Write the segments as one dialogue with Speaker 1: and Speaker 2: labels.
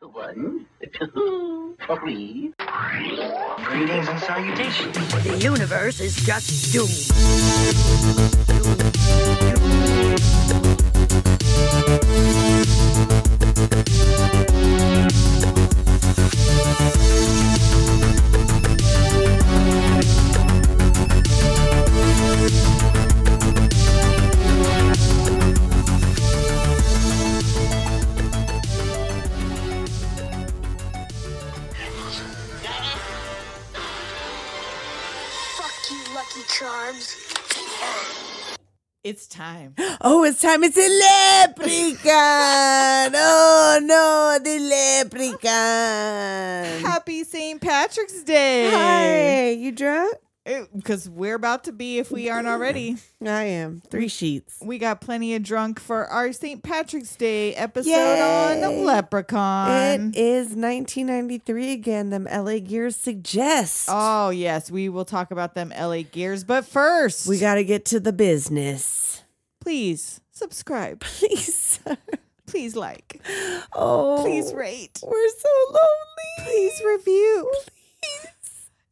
Speaker 1: One, two, three. Greetings and salutations.
Speaker 2: The universe is just doomed.
Speaker 3: Fuck you, Lucky Charms.
Speaker 4: It's time.
Speaker 5: Oh, it's time. It's a leprechaun. Oh, no, the leprechaun.
Speaker 4: Happy St. Patrick's Day.
Speaker 5: Hi, you drunk?
Speaker 4: Because we're about to be, if we aren't already.
Speaker 5: I am. Three sheets.
Speaker 4: We got plenty of drunk for our St. Patrick's Day episode
Speaker 5: Yay.
Speaker 4: on Leprechaun.
Speaker 5: It is 1993 again. Them LA gears suggest.
Speaker 4: oh, yes. We will talk about them LA Gears. But first,
Speaker 5: We got to get to the business.
Speaker 4: please subscribe.
Speaker 5: Please.
Speaker 4: Please like.
Speaker 5: Oh.
Speaker 4: Please rate.
Speaker 5: We're so lonely.
Speaker 4: Please review.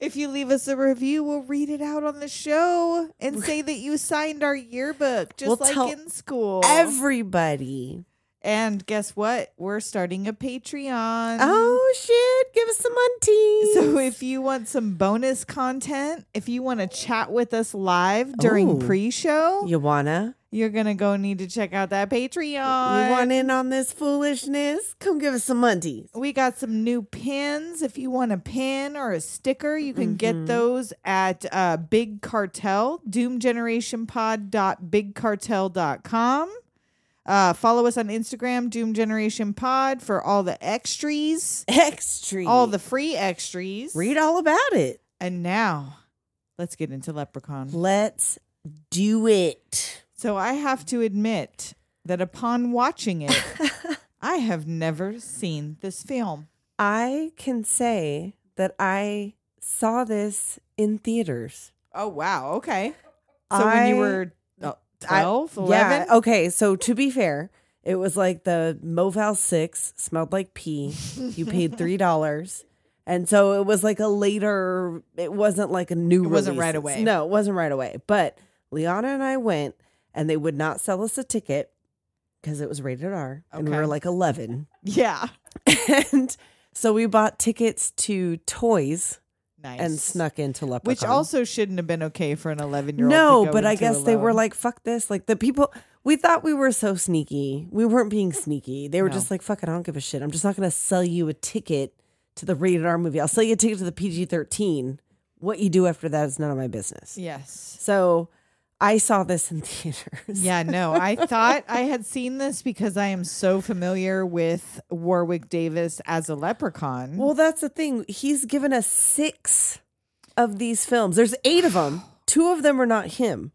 Speaker 4: If you leave us a review, we'll read it out on the show and say that you signed our yearbook, just
Speaker 5: We'll
Speaker 4: like
Speaker 5: tell
Speaker 4: in school.
Speaker 5: Everybody.
Speaker 4: And guess what? We're starting a Patreon.
Speaker 5: Oh, shit. Give us some money.
Speaker 4: Mm-hmm. So if you want some bonus content, if you want to chat with us live during
Speaker 5: Ooh.
Speaker 4: pre-show,
Speaker 5: you wanna?
Speaker 4: you're going to go need to check out that Patreon.
Speaker 5: you want in on this foolishness? Come give us some money.
Speaker 4: we got some new pins. If you want a pin or a sticker, you can get those at uh, Big Cartel, doomgenerationpod.bigcartel.com. Uh, follow us on Instagram, Doom Generation Pod, for all the extras,
Speaker 5: Extra.
Speaker 4: all the free extras.
Speaker 5: read all about it.
Speaker 4: And now, let's get into Leprechaun.
Speaker 5: Let's do it.
Speaker 4: So I have to admit that upon watching it, I have never seen this film.
Speaker 5: I can say that I saw this in theaters.
Speaker 4: Oh wow, okay. So when you
Speaker 5: I-
Speaker 4: were uh,
Speaker 5: I- oh,
Speaker 4: 12,
Speaker 5: yeah.
Speaker 4: 11?
Speaker 5: Okay. So to be fair, it was like the Moval Six smelled like pee. You paid three dollars. And so it was like a later, it wasn't like a new
Speaker 4: It wasn't right
Speaker 5: releases.
Speaker 4: away.
Speaker 5: No, it wasn't right away. But Liana and I went and they would not sell us a ticket because it was rated R and we
Speaker 4: Okay.
Speaker 5: were like 11.
Speaker 4: yeah.
Speaker 5: and so we bought tickets to Toys
Speaker 4: Nice.
Speaker 5: and snuck into Leprechaun.
Speaker 4: which also shouldn't have been okay for an 11-year-old.
Speaker 5: no,
Speaker 4: to go
Speaker 5: but I
Speaker 4: into
Speaker 5: guess they were
Speaker 4: alone.
Speaker 5: like, "Fuck this!" Like the people, we thought we were so sneaky. We weren't being sneaky. They were
Speaker 4: No.
Speaker 5: just like, "Fuck it, I don't give a shit. I'm just not gonna sell you a ticket to the rated R movie. I'll sell you a ticket to the PG-13. What you do after that is none of my business."
Speaker 4: Yes.
Speaker 5: So I saw this in theaters.
Speaker 4: Yeah, no. I thought I had seen this because I am so familiar with Warwick Davis as a leprechaun.
Speaker 5: Well, that's the thing. He's given us six of these films. There's eight of them. Two of them are not him.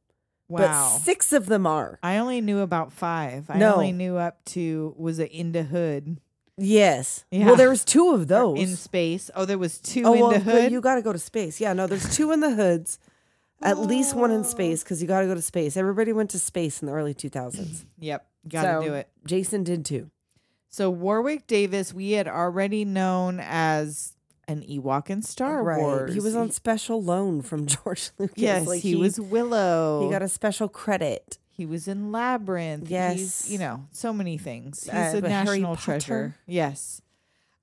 Speaker 4: wow.
Speaker 5: But six of them are.
Speaker 4: I only knew about five. I
Speaker 5: No.
Speaker 4: only knew up to was it in the hood
Speaker 5: Yes.
Speaker 4: Yeah.
Speaker 5: Well, there was two of
Speaker 4: Or
Speaker 5: those.
Speaker 4: in space. Oh, there was two
Speaker 5: oh,
Speaker 4: in
Speaker 5: well,
Speaker 4: the
Speaker 5: but
Speaker 4: hood.
Speaker 5: you got to go to space. Yeah, no, there's two in the hoods. At least one
Speaker 4: Oh.
Speaker 5: in space because you got to go to space. Everybody went to space in the early 2000s.
Speaker 4: yep, gotta
Speaker 5: So,
Speaker 4: do it.
Speaker 5: Jason did too.
Speaker 4: So Warwick Davis, we had already known as an Ewok in Star Wars.
Speaker 5: He was on special loan from George Lucas.
Speaker 4: Yes,
Speaker 5: Like,
Speaker 4: he, was Willow.
Speaker 5: He got a special credit.
Speaker 4: He was in Labyrinth.
Speaker 5: Yes.
Speaker 4: He's, you know, so many things. He's
Speaker 5: Uh,
Speaker 4: a
Speaker 5: but Harry
Speaker 4: national
Speaker 5: Potter?
Speaker 4: treasure. Yes.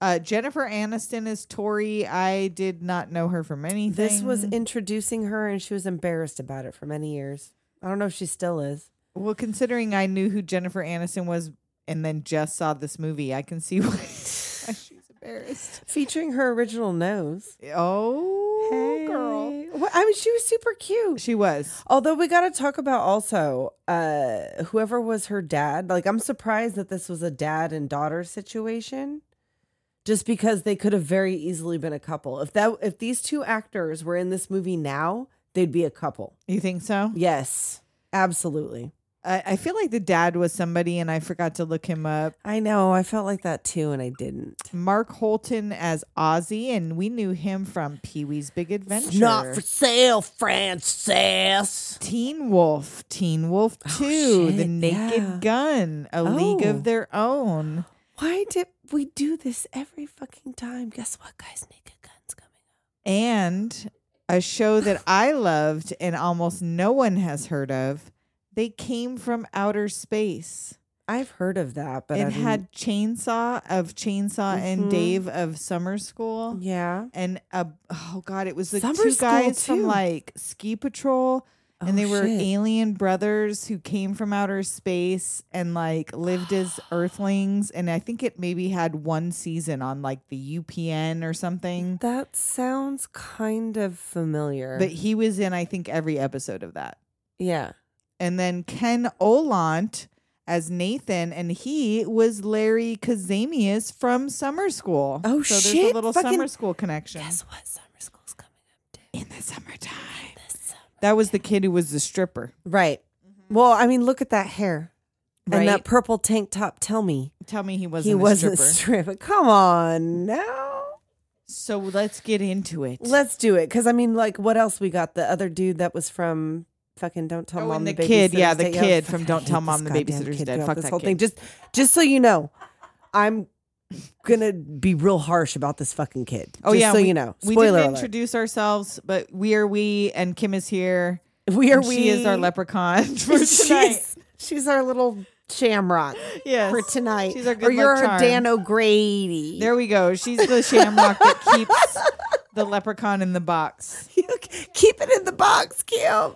Speaker 4: Uh, Jennifer Aniston is Tori. I did not know her from anything.
Speaker 5: This was introducing her, and she was embarrassed about it for many years. I don't know if she still is.
Speaker 4: well, considering I knew who Jennifer Aniston was and then just saw this movie, I can see why she's embarrassed.
Speaker 5: Featuring her original nose.
Speaker 4: Oh, girl.
Speaker 5: Hey. Well, I mean, she was super cute.
Speaker 4: She was.
Speaker 5: Although we got to talk about also uh, whoever was her dad. Like, I'm surprised that this was a dad and daughter situation, just because they could have very easily been a couple. If that, if these two actors were in this movie now, they'd be a couple.
Speaker 4: You think so?
Speaker 5: Yes, absolutely.
Speaker 4: I, I feel like the dad was somebody and I forgot to look him up.
Speaker 5: I know. I felt like that too, and I didn't.
Speaker 4: Mark Holton as Ozzy, and we knew him from Pee Wee's Big Adventure.
Speaker 5: Not for sale, Francis.
Speaker 4: Teen Wolf, Teen Wolf 2, The
Speaker 5: Oh, shit,
Speaker 4: Naked
Speaker 5: yeah.
Speaker 4: Gun, A League
Speaker 5: Oh.
Speaker 4: of Their Own.
Speaker 5: Why did we do this every fucking time? Guess what, guys? Naked Gun's coming up.
Speaker 4: and a show that I loved and almost no one has heard of. They came from outer space.
Speaker 5: I've heard of that, but
Speaker 4: it
Speaker 5: I
Speaker 4: had Chainsaw of Chainsaw
Speaker 5: Mhm.
Speaker 4: and Dave of Summer School.
Speaker 5: yeah.
Speaker 4: And a, oh god, it was like
Speaker 5: Summer
Speaker 4: two
Speaker 5: School,
Speaker 4: guys
Speaker 5: too. Oh,
Speaker 4: from like Ski Patrol, and they were alien brothers who came from outer space and like lived as Earthlings. And I think it maybe had one season on like the UPN or something.
Speaker 5: That sounds kind of familiar.
Speaker 4: But he was in, I think, every episode of that.
Speaker 5: yeah.
Speaker 4: And then Ken Olant as Nathan, and he was Larry Kazamius from Summer School.
Speaker 5: Oh,
Speaker 4: so there's
Speaker 5: shit.
Speaker 4: a little
Speaker 5: Fucking-
Speaker 4: Summer School connection.
Speaker 5: Guess what? Summer school's coming up too.
Speaker 4: In the summertime. That was the kid who was the stripper.
Speaker 5: Right.
Speaker 4: Mm-hmm.
Speaker 5: Well, I mean, look at that hair and that
Speaker 4: Right?
Speaker 5: purple tank top. Tell me
Speaker 4: Tell me he wasn't
Speaker 5: he
Speaker 4: a
Speaker 5: wasn't
Speaker 4: stripper.
Speaker 5: stripper. Come on now.
Speaker 4: so let's get into it.
Speaker 5: Let's do it. Because I mean, like, what else we got? The other dude that was from fucking Don't Tell
Speaker 4: Oh,
Speaker 5: Mom
Speaker 4: and
Speaker 5: the,
Speaker 4: the kid.
Speaker 5: Babysitter's
Speaker 4: Yeah, the
Speaker 5: Dead.
Speaker 4: kid
Speaker 5: fuck,
Speaker 4: from
Speaker 5: I
Speaker 4: Don't
Speaker 5: hate
Speaker 4: Tell
Speaker 5: this
Speaker 4: Mom the
Speaker 5: goddamn
Speaker 4: Babysitter's
Speaker 5: kid
Speaker 4: Dead.
Speaker 5: throughout
Speaker 4: Fuck
Speaker 5: this
Speaker 4: that
Speaker 5: whole
Speaker 4: kid.
Speaker 5: thing. Just, just so you know, I'm gonna be real harsh about this fucking kid.
Speaker 4: Oh
Speaker 5: Just
Speaker 4: yeah,
Speaker 5: so
Speaker 4: we,
Speaker 5: you know.
Speaker 4: we
Speaker 5: Spoiler
Speaker 4: didn't
Speaker 5: alert.
Speaker 4: introduce ourselves, but we are we, and Kim is here.
Speaker 5: We are
Speaker 4: and
Speaker 5: we.
Speaker 4: She is our leprechaun for tonight.
Speaker 5: She's, she's our little shamrock
Speaker 4: Yes.
Speaker 5: for tonight.
Speaker 4: She's our
Speaker 5: or
Speaker 4: good
Speaker 5: you're
Speaker 4: luck
Speaker 5: our
Speaker 4: charm.
Speaker 5: Dan O'Grady.
Speaker 4: There we go. She's the shamrock that keeps the leprechaun in the box.
Speaker 5: Keep it in the box, Kim.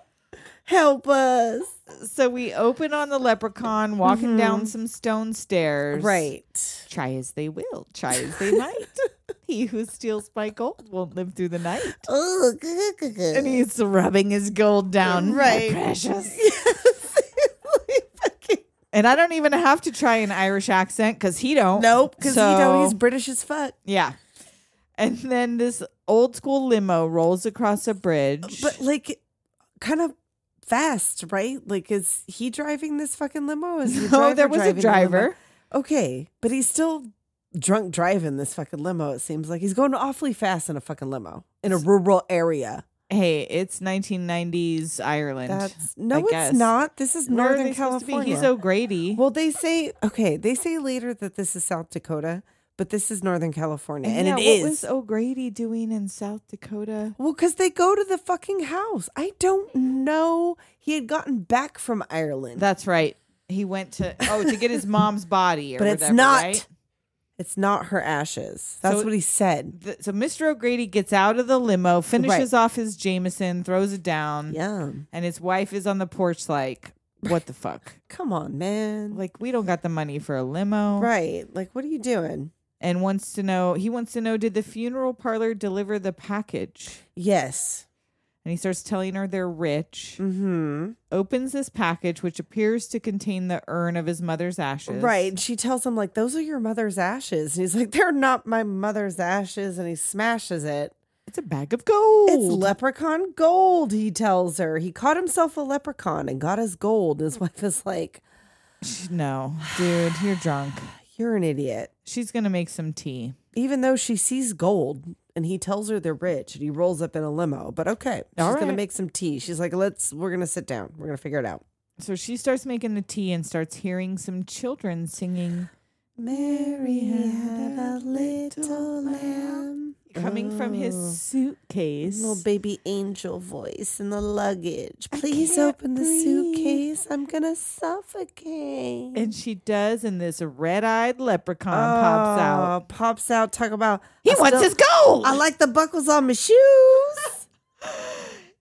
Speaker 5: Help us.
Speaker 4: So we open on the leprechaun walking down some stone stairs.
Speaker 5: Mm-hmm. Right.
Speaker 4: Try as they will, try as they might. he who steals my gold won't live through the night.
Speaker 5: Ugh.
Speaker 4: And he's rubbing his gold down.
Speaker 5: Right.
Speaker 4: My precious.
Speaker 5: Fucking-
Speaker 4: And I don't even have to try an Irish accent because he don't.
Speaker 5: nope, because you know he's
Speaker 4: So-
Speaker 5: British as fuck.
Speaker 4: yeah. And then this old school limo rolls across a bridge.
Speaker 5: But like, kind of fast, right? Like, is he driving this fucking limo? Is the
Speaker 4: no, Oh, there was a
Speaker 5: driving the limo?
Speaker 4: driver.
Speaker 5: Okay, but he's still drunk driving this fucking limo. It seems like he's going awfully fast in a fucking limo in a rural area.
Speaker 4: Hey, it's 1990s Ireland.
Speaker 5: That's
Speaker 4: I
Speaker 5: no,
Speaker 4: guess.
Speaker 5: it's not. This is
Speaker 4: Where are
Speaker 5: Northern
Speaker 4: they supposed to be?
Speaker 5: California.
Speaker 4: He's O'Grady.
Speaker 5: Well, they say okay. They say later that this is South Dakota, but this is Northern California, and,
Speaker 4: yeah,
Speaker 5: it
Speaker 4: What
Speaker 5: is.
Speaker 4: was O'Grady doing in South Dakota?
Speaker 5: well, because they go to the fucking house. I don't know. He had gotten back from Ireland,
Speaker 4: That's right. He went to oh to get his mom's body, or
Speaker 5: but it's
Speaker 4: whatever,
Speaker 5: not.
Speaker 4: right?
Speaker 5: It's not her ashes. That's
Speaker 4: So-
Speaker 5: what he said.
Speaker 4: The- so Mr. O'Grady gets out of the limo, finishes off his Jameson, throws it down,
Speaker 5: Yeah,
Speaker 4: and his wife is on the porch like, "What the fuck?
Speaker 5: come on, man.
Speaker 4: Like oh. we don't got the money for a limo."
Speaker 5: right? Like, what are you doing?
Speaker 4: And wants to know. He wants to know. Did the funeral parlor deliver the package?
Speaker 5: Yes.
Speaker 4: And he starts telling her they're rich.
Speaker 5: Hmm.
Speaker 4: opens this package, which appears to contain the urn of his mother's ashes.
Speaker 5: Right. And she tells him, like, those are your mother's ashes. And he's like, they're not my mother's ashes. And he smashes it.
Speaker 4: It's a bag of gold.
Speaker 5: It's leprechaun gold, he tells her. He caught himself a leprechaun and got his gold. His wife is like,
Speaker 4: no, dude, you're drunk.
Speaker 5: You're an idiot.
Speaker 4: She's going to make some tea.
Speaker 5: Even though she sees gold and he tells her they're rich and he rolls up in a limo. But okay, she's
Speaker 4: All
Speaker 5: gonna
Speaker 4: right.
Speaker 5: make some tea. She's like, Let's we're gonna sit down. We're gonna figure it out.
Speaker 4: So she starts making the tea and starts hearing some children singing
Speaker 5: Mary had a little lamb.
Speaker 4: coming from his suitcase.
Speaker 5: Oh. Little baby angel voice in the luggage.
Speaker 4: I
Speaker 5: Please
Speaker 4: can't
Speaker 5: open the
Speaker 4: breathe.
Speaker 5: suitcase. I'm gonna suffocate.
Speaker 4: and she does, and this red eyed leprechaun pops out.
Speaker 5: Oh, Pops out. Talk about
Speaker 4: He
Speaker 5: I
Speaker 4: wants
Speaker 5: still-
Speaker 4: his gold.
Speaker 5: I like the buckles on my shoes.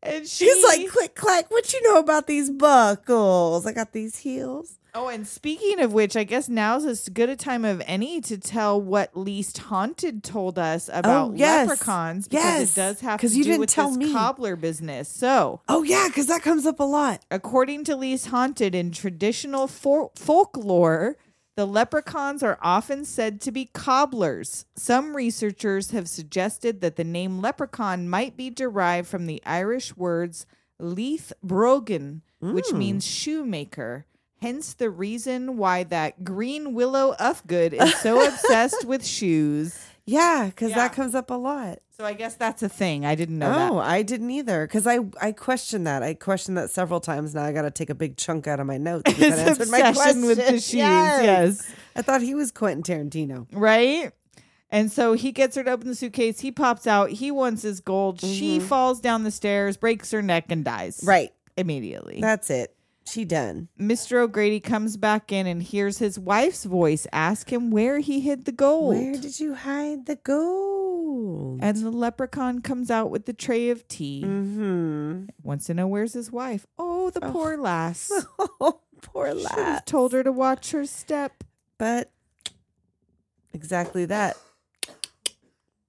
Speaker 4: and she,
Speaker 5: He's like click clack. What you know about these buckles? I got these heels.
Speaker 4: Oh, and speaking of which, I guess now's as good a time of any to tell what Least Haunted told us about
Speaker 5: Oh, yes.
Speaker 4: leprechauns because
Speaker 5: Yes.
Speaker 4: it does have to
Speaker 5: 'Cause you
Speaker 4: do
Speaker 5: didn't
Speaker 4: with
Speaker 5: tell
Speaker 4: this
Speaker 5: me.
Speaker 4: cobbler business. So,
Speaker 5: Oh yeah, because that comes up a lot.
Speaker 4: according to Least Haunted, in traditional fol- folklore, the leprechauns are often said to be cobblers. Some researchers have suggested that the name leprechaun might be derived from the Irish words Leith Brogan, which
Speaker 5: Hmm.
Speaker 4: means shoemaker. Hence the reason why that green willow Ufgood is so obsessed with shoes.
Speaker 5: Yeah, because
Speaker 4: Yeah.
Speaker 5: that comes up a lot.
Speaker 4: So I guess that's a thing. I didn't know
Speaker 5: oh,
Speaker 4: that.
Speaker 5: I didn't either. Because I I questioned that. I questioned that several times. Now I got to take a big chunk out of my notes. because
Speaker 4: His
Speaker 5: that answered my
Speaker 4: obsession with the
Speaker 5: question.
Speaker 4: shoes. Yes.
Speaker 5: I thought he was Quentin Tarantino.
Speaker 4: Right? And so he gets her to open the suitcase. He pops out. He wants his gold. She falls down the stairs, breaks her neck, and dies.
Speaker 5: Mm-hmm. Right.
Speaker 4: Immediately.
Speaker 5: That's it. She done.
Speaker 4: Mr. O'Grady comes back in and hears his wife's voice ask him where he hid the gold.
Speaker 5: Where did you hide the gold?
Speaker 4: and the leprechaun comes out with the tray of tea.
Speaker 5: hmm
Speaker 4: Wants to know where's his wife. Oh, the poor lass.
Speaker 5: Oh, poor
Speaker 4: Should have
Speaker 5: lad.
Speaker 4: told her to watch her step.
Speaker 5: But exactly that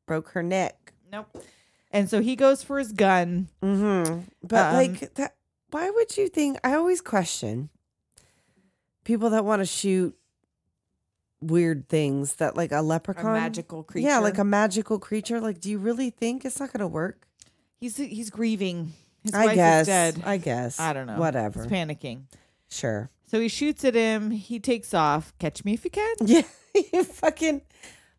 Speaker 5: broke her neck.
Speaker 4: Nope. And so he goes for his gun.
Speaker 5: Mm-hmm. But
Speaker 4: Um,
Speaker 5: like that, why would you think? I always question people that want to shoot weird things that like a leprechaun,
Speaker 4: magical
Speaker 5: yeah, like
Speaker 4: creature.
Speaker 5: a magical creature. Like, do you really think it's not going to work?
Speaker 4: He's he's grieving. His
Speaker 5: I
Speaker 4: wife
Speaker 5: guess.
Speaker 4: is dead.
Speaker 5: I guess.
Speaker 4: I don't know.
Speaker 5: Whatever.
Speaker 4: He's panicking.
Speaker 5: sure.
Speaker 4: So he shoots at him. He takes off. Catch me if you can.
Speaker 5: Yeah. you fucking.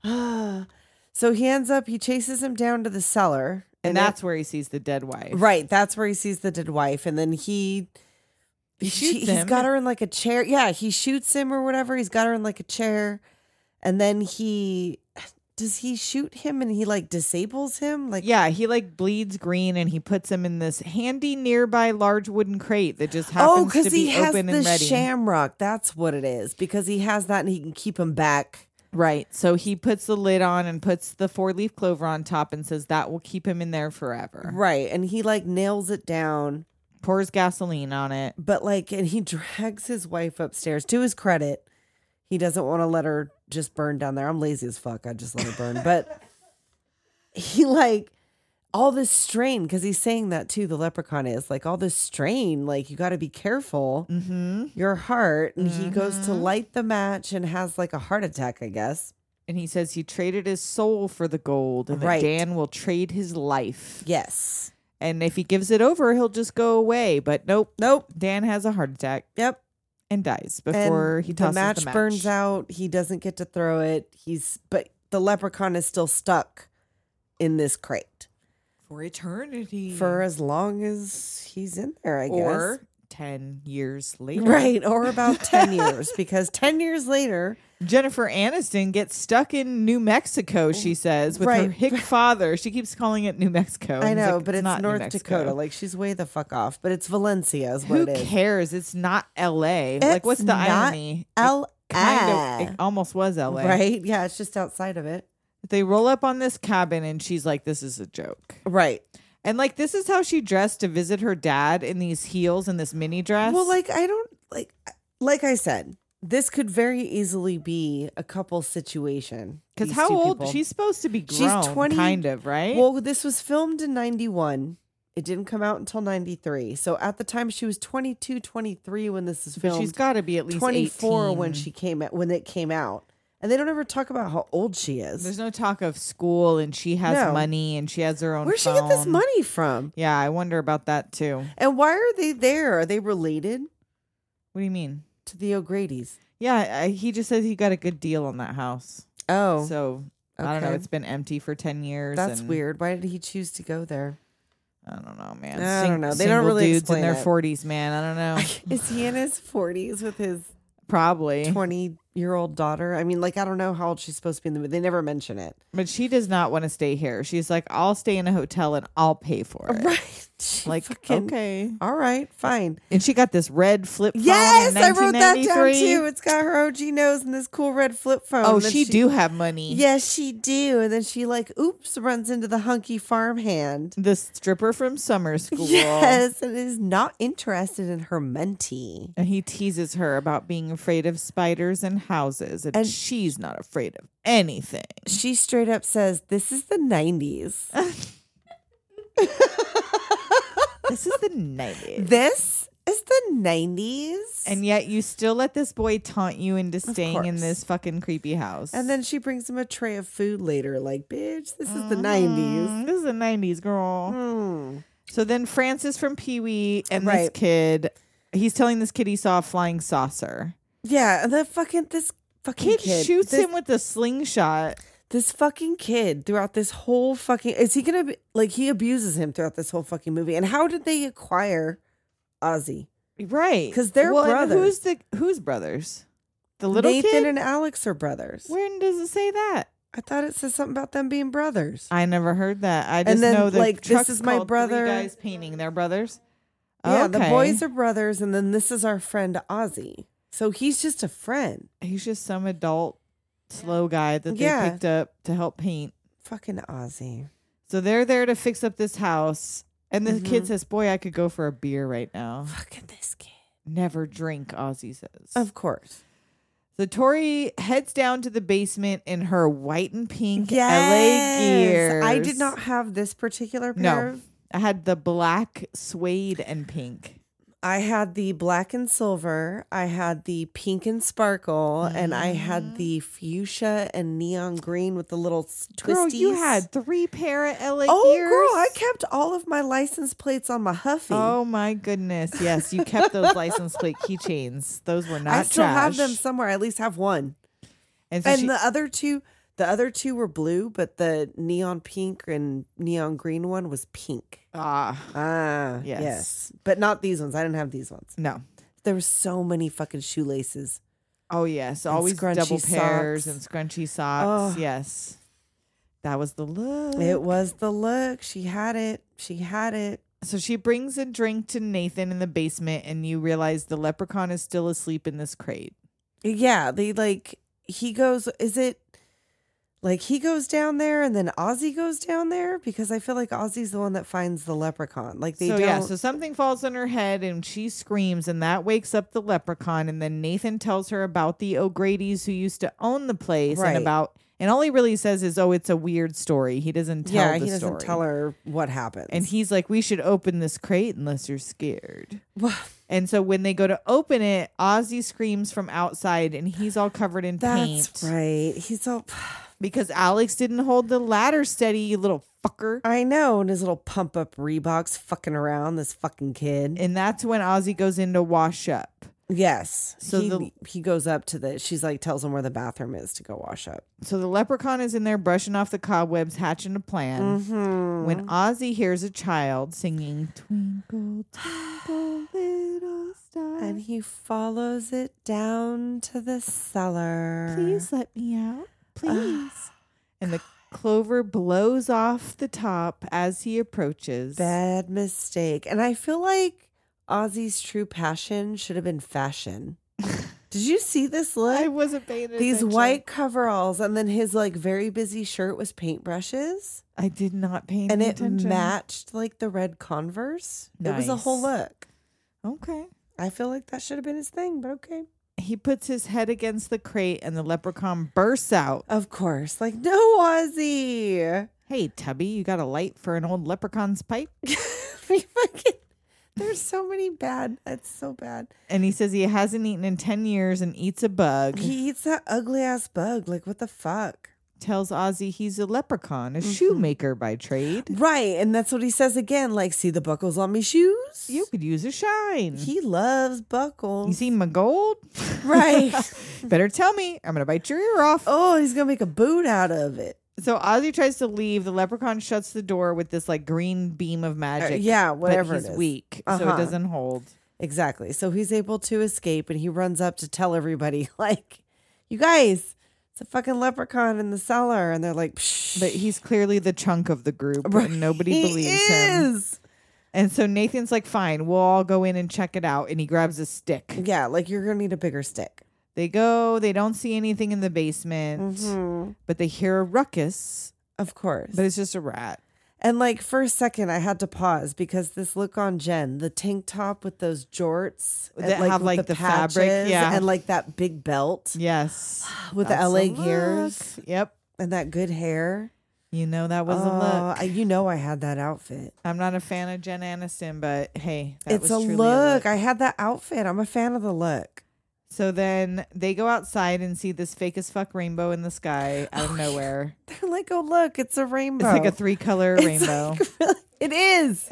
Speaker 5: ah. so he ends up. He chases him down to the cellar,
Speaker 4: And,
Speaker 5: then-
Speaker 4: that's where he sees the dead wife.
Speaker 5: Right. That's where he sees the dead wife. And then he.
Speaker 4: He
Speaker 5: she-
Speaker 4: shoots
Speaker 5: He's
Speaker 4: him.
Speaker 5: got her in like a chair. Yeah. He shoots him or whatever. He's got her in like a chair. And then he. Does he shoot him and he like disables him? Like,
Speaker 4: Yeah, he like bleeds green and he puts him in this handy nearby large wooden crate that just happens
Speaker 5: Oh,
Speaker 4: to
Speaker 5: because
Speaker 4: be
Speaker 5: he has
Speaker 4: open
Speaker 5: the
Speaker 4: and ready.
Speaker 5: shamrock. That's what it is. Because he has that and he can keep him back.
Speaker 4: right. So he puts the lid on and puts the four leaf clover on top and says that will keep him in there forever.
Speaker 5: Right. And he like nails it down.
Speaker 4: Pours gasoline on it.
Speaker 5: but like and he drags his wife upstairs to his credit he doesn't want to let her just burn down there i'm lazy as fuck i just let her burn but he like all this strain because he's saying that too the leprechaun is like all this strain like you got to be careful
Speaker 4: Mm-hmm.
Speaker 5: your heart and he goes to light the match and has like a heart attack i guess
Speaker 4: And he says he traded his soul for the gold and
Speaker 5: Right.
Speaker 4: that Dan will trade his life.
Speaker 5: yes
Speaker 4: And if he gives it over, he'll just go away. But nope.
Speaker 5: nope
Speaker 4: Dan has a heart attack
Speaker 5: yep
Speaker 4: and dies
Speaker 5: And
Speaker 4: before he tosses
Speaker 5: the match, burns out he doesn't get to throw it he's but the leprechaun is still stuck in this crate
Speaker 4: for eternity.
Speaker 5: for as long as he's in there, I
Speaker 4: Mm. or ten years
Speaker 5: guess.
Speaker 4: later,
Speaker 5: Right, or about 10 years, because 10 years later,
Speaker 4: Jennifer Aniston gets stuck in New Mexico. She says with her
Speaker 5: Right.
Speaker 4: hick father. She keeps calling it New Mexico.
Speaker 5: I
Speaker 4: and
Speaker 5: know,
Speaker 4: like,
Speaker 5: but it's
Speaker 4: not New
Speaker 5: North
Speaker 4: Mexico."
Speaker 5: Dakota. Like, she's way the fuck off, but it's Valencia, is what
Speaker 4: Who
Speaker 5: it is.
Speaker 4: cares? It's not L.A. like,
Speaker 5: It's
Speaker 4: what's the
Speaker 5: not
Speaker 4: irony? It
Speaker 5: L.
Speaker 4: kind of, it almost was L.A.
Speaker 5: Right? Yeah, it's just outside of it.
Speaker 4: They roll up on this cabin, and she's like, "This is a joke."
Speaker 5: Right.
Speaker 4: And like, this is how she dressed to visit her dad in these heels and this mini dress.
Speaker 5: Well, like, I don't, like, like I said, this could very easily be a couple situation.
Speaker 4: Because
Speaker 5: these
Speaker 4: how
Speaker 5: two
Speaker 4: old?
Speaker 5: people.
Speaker 4: She's supposed to be
Speaker 5: She's
Speaker 4: grown,
Speaker 5: 20
Speaker 4: kind of, right?
Speaker 5: Well, this was filmed in 91. It didn't come out until 93. So at the time she was 22, 23 when this is
Speaker 4: but
Speaker 5: filmed.
Speaker 4: she's got to be at least
Speaker 5: 24 when
Speaker 4: 18.
Speaker 5: she came out, when it came out. And they don't ever talk about how old she
Speaker 4: There's
Speaker 5: is.
Speaker 4: no talk of school, and she has
Speaker 5: No.
Speaker 4: money, and she has her own.
Speaker 5: Where'd she get this
Speaker 4: phone.
Speaker 5: money from?
Speaker 4: Yeah, I wonder about that too.
Speaker 5: And why are they there? Are they related
Speaker 4: What do you mean?
Speaker 5: to the O'Grady's?
Speaker 4: Yeah, I, he just says he got a good deal on that house.
Speaker 5: Oh,
Speaker 4: So I don't know.
Speaker 5: okay.
Speaker 4: It's been empty for ten years.
Speaker 5: that's
Speaker 4: and
Speaker 5: weird. Why did he choose to go there?
Speaker 4: I don't know, man.
Speaker 5: I
Speaker 4: Sing-
Speaker 5: don't know. They don't
Speaker 4: single
Speaker 5: really
Speaker 4: dudes in
Speaker 5: explain
Speaker 4: their
Speaker 5: it.
Speaker 4: forties, man. I don't know.
Speaker 5: Is he in his 40s with his
Speaker 4: Probably,
Speaker 5: 20 year old daughter? I mean, like, I don't know how old she's supposed to be in the movie. They never mention it.
Speaker 4: but she does not want to stay here. She's like, I'll stay in a hotel and I'll pay for it.
Speaker 5: Right. She
Speaker 4: Like,
Speaker 5: fucking-
Speaker 4: okay.
Speaker 5: All right, fine.
Speaker 4: And she got this red flip. phone in
Speaker 5: Yes, I wrote that down
Speaker 4: 1993.
Speaker 5: too. It's got her OG nose and this cool red flip phone.
Speaker 4: Oh,
Speaker 5: and
Speaker 4: she, do have money.
Speaker 5: Yes, she do. And then she like, oops, runs into the hunky farmhand.
Speaker 4: the stripper from summer school.
Speaker 5: Yes, and is not interested in her mentee.
Speaker 4: And he teases her about being afraid of spiders and houses, and,
Speaker 5: And-
Speaker 4: she's not afraid of anything.
Speaker 5: She straight up says, "This is the '90s.
Speaker 4: This is the night.
Speaker 5: this is the '90s."
Speaker 4: And yet, you still let this boy taunt you into staying in
Speaker 5: course.
Speaker 4: this fucking creepy house.
Speaker 5: and then she brings him a tray of food later, like, "Bitch, this is the '90s."
Speaker 4: Mm, Mm-hmm. this is the 90s, girl.
Speaker 5: Mm.
Speaker 4: So then, Francis from Pee Wee and this
Speaker 5: Right.
Speaker 4: kid, he's telling this kid he saw a flying saucer.
Speaker 5: Yeah, and the fucking this fucking
Speaker 4: Kid,
Speaker 5: kid
Speaker 4: shoots
Speaker 5: this-
Speaker 4: him with a slingshot.
Speaker 5: This fucking kid throughout this whole fucking is he gonna be like he abuses him throughout this whole fucking movie? And how did they acquire Ozzy?
Speaker 4: Right.
Speaker 5: 'Cause they're
Speaker 4: well, and
Speaker 5: brothers.
Speaker 4: Who's the who's brothers? The little
Speaker 5: Nathan
Speaker 4: kid?
Speaker 5: and Alex are brothers.
Speaker 4: When does it say that?
Speaker 5: I thought it said something about them being brothers.
Speaker 4: I never heard that. I
Speaker 5: And
Speaker 4: just
Speaker 5: then,
Speaker 4: know the
Speaker 5: like, this
Speaker 4: truck's
Speaker 5: is my
Speaker 4: called Three
Speaker 5: brother-
Speaker 4: guys painting. They're brothers.
Speaker 5: Yeah, the boys are brothers, and then this is our friend Ozzy. So he's just a friend.
Speaker 4: He's just some adult slow guy that they
Speaker 5: Yeah.
Speaker 4: picked up to help paint.
Speaker 5: Fucking Ozzy.
Speaker 4: So they're there to fix up this house. And the
Speaker 5: Mm-hmm.
Speaker 4: kid says, "Boy, I could go for a beer right now."
Speaker 5: Fucking this kid.
Speaker 4: Never drink, Ozzy says.
Speaker 5: Of course.
Speaker 4: So Tori heads down to the basement in her white and pink LA
Speaker 5: Yes.
Speaker 4: gears.
Speaker 5: I did not have this particular pair.
Speaker 4: No,
Speaker 5: of-
Speaker 4: I had the black suede and pink.
Speaker 5: I had the black and silver. I had the pink and sparkle, and I had the fuchsia and neon green with the little s- twisties.
Speaker 4: Girl, you had three pair of LA
Speaker 5: Oh,
Speaker 4: gears.
Speaker 5: girl, I kept all of my license plates on my Huffy.
Speaker 4: Oh my goodness! Yes, you kept those license plate keychains. Those were not
Speaker 5: I still have them
Speaker 4: trash.
Speaker 5: somewhere. I at least have one.
Speaker 4: and so
Speaker 5: and
Speaker 4: she-
Speaker 5: the other two the other two were blue but the neon pink and neon green one was pink
Speaker 4: ah,
Speaker 5: ah
Speaker 4: Yes.
Speaker 5: yes. but not these ones i didn't have these ones
Speaker 4: no.
Speaker 5: there were so many fucking shoelaces
Speaker 4: Oh yes,
Speaker 5: And
Speaker 4: always double
Speaker 5: scrunchy
Speaker 4: pairs
Speaker 5: socks.
Speaker 4: and scrunchy socks.
Speaker 5: Oh.
Speaker 4: Yes, that was the look.
Speaker 5: it was the look she had it she had it
Speaker 4: So she brings a drink to Nathan in the basement, and you realize the leprechaun is still asleep in this crate.
Speaker 5: yeah they like he goes is it like he goes down there and then Ozzy goes down there because I feel like Ozzy's the one that finds the leprechaun. Like they
Speaker 4: so
Speaker 5: don't
Speaker 4: yeah, so something falls on her head, and she screams, and that wakes up the leprechaun. And then Nathan tells her about the O'Grady's who used to own the place,
Speaker 5: Right.
Speaker 4: and about and all he really says is, "Oh, it's a weird story." He doesn't tell.
Speaker 5: yeah,
Speaker 4: the
Speaker 5: he doesn't
Speaker 4: story.
Speaker 5: tell her what happens.
Speaker 4: And he's like, "We should open this crate unless you're scared."
Speaker 5: he
Speaker 4: And so when they go to open it, Ozzy screams from outside, and he's all covered in paint
Speaker 5: That's right. He's all.
Speaker 4: because Alex didn't hold the ladder steady, you little fucker.
Speaker 5: I know, and his little pump up Reeboks fucking around this fucking kid.
Speaker 4: And that's when Ozzy goes in to wash up.
Speaker 5: yes.
Speaker 4: So
Speaker 5: So he,
Speaker 4: the-
Speaker 5: he goes up to the. She's like, tells him where the bathroom is to go wash up.
Speaker 4: So the leprechaun is in there brushing off the cobwebs, hatching a plan.
Speaker 5: Mm-hmm.
Speaker 4: When Ozzy hears a child singing "Twinkle, Twinkle, Little Star,"
Speaker 5: And he follows it down to the cellar.
Speaker 4: please let me out, please. and the clover blows off the top as he approaches.
Speaker 5: Bad mistake. And I feel like Ozzy's true passion should have been fashion. Did you see this look?
Speaker 4: I wasn't paying attention.
Speaker 5: These white coveralls, and then his like very busy shirt was paintbrushes.
Speaker 4: I did not pay any
Speaker 5: and it
Speaker 4: attention.
Speaker 5: matched like the red converse it was a whole
Speaker 4: Nice.
Speaker 5: look
Speaker 4: Okay.
Speaker 5: i feel like that should have been his thing but okay
Speaker 4: He puts his head against the crate, and the leprechaun bursts out.
Speaker 5: of course like no aussie
Speaker 4: Hey, Tubby, you got a light for an old leprechaun's pipe?
Speaker 5: We fucking- there's so many bad that's so bad
Speaker 4: And he says he hasn't eaten in 10 years and eats a bug.
Speaker 5: he eats that ugly ass bug like what the fuck
Speaker 4: tells Ozzy he's a leprechaun, a
Speaker 5: Mm-hmm.
Speaker 4: shoemaker by trade.
Speaker 5: right and that's what he says again like see the buckles on me shoes
Speaker 4: You could use a shine.
Speaker 5: he loves
Speaker 4: you
Speaker 5: buckles
Speaker 4: see my gold?
Speaker 5: right
Speaker 4: Better tell me. I'm going to bite your ear off.
Speaker 5: oh he's gonna make a boot out of it
Speaker 4: So Ozzy tries to leave. The leprechaun shuts the door with this like green beam of magic.
Speaker 5: Uh, yeah,
Speaker 4: but
Speaker 5: whatever it
Speaker 4: He's
Speaker 5: is.
Speaker 4: weak, so it
Speaker 5: Uh-huh.
Speaker 4: doesn't hold.
Speaker 5: Exactly. So he's able to escape and he runs up to tell everybody, like, you guys, it's a fucking leprechaun in the cellar. And they're like, Psh.
Speaker 4: But he's clearly the chunk of the group, and nobody
Speaker 5: He
Speaker 4: believes him.
Speaker 5: is.
Speaker 4: And so Nathan's like, fine, we'll all go in and check it out. And he grabs a stick.
Speaker 5: Yeah, like you're going to need a bigger stick.
Speaker 4: They go, they don't see anything in the basement,
Speaker 5: Mm-hmm.
Speaker 4: but they hear a ruckus,
Speaker 5: Of course.
Speaker 4: but it's just a rat.
Speaker 5: and like for a second, I had to pause because this look on Jen, the tank top with those jorts and,
Speaker 4: That have,
Speaker 5: with
Speaker 4: like, the fabric,
Speaker 5: patches
Speaker 4: yeah.
Speaker 5: And like that big belt
Speaker 4: Yes.
Speaker 5: with
Speaker 4: that's
Speaker 5: the LA
Speaker 4: a look.
Speaker 5: gears
Speaker 4: Yep.
Speaker 5: and that good hair.
Speaker 4: You know, that was a
Speaker 5: Oh,
Speaker 4: look.
Speaker 5: I- you know, I had that outfit.
Speaker 4: I'm not a fan of Jen Aniston, but hey, that
Speaker 5: it's
Speaker 4: was
Speaker 5: a
Speaker 4: truly
Speaker 5: look. I had that outfit. I'm a fan of the look.
Speaker 4: So then they go outside and see this fake as fuck rainbow in the sky out of nowhere.
Speaker 5: They're like, oh look, it's a rainbow.
Speaker 4: It's like a three color
Speaker 5: It's
Speaker 4: rainbow.
Speaker 5: like, really- it is.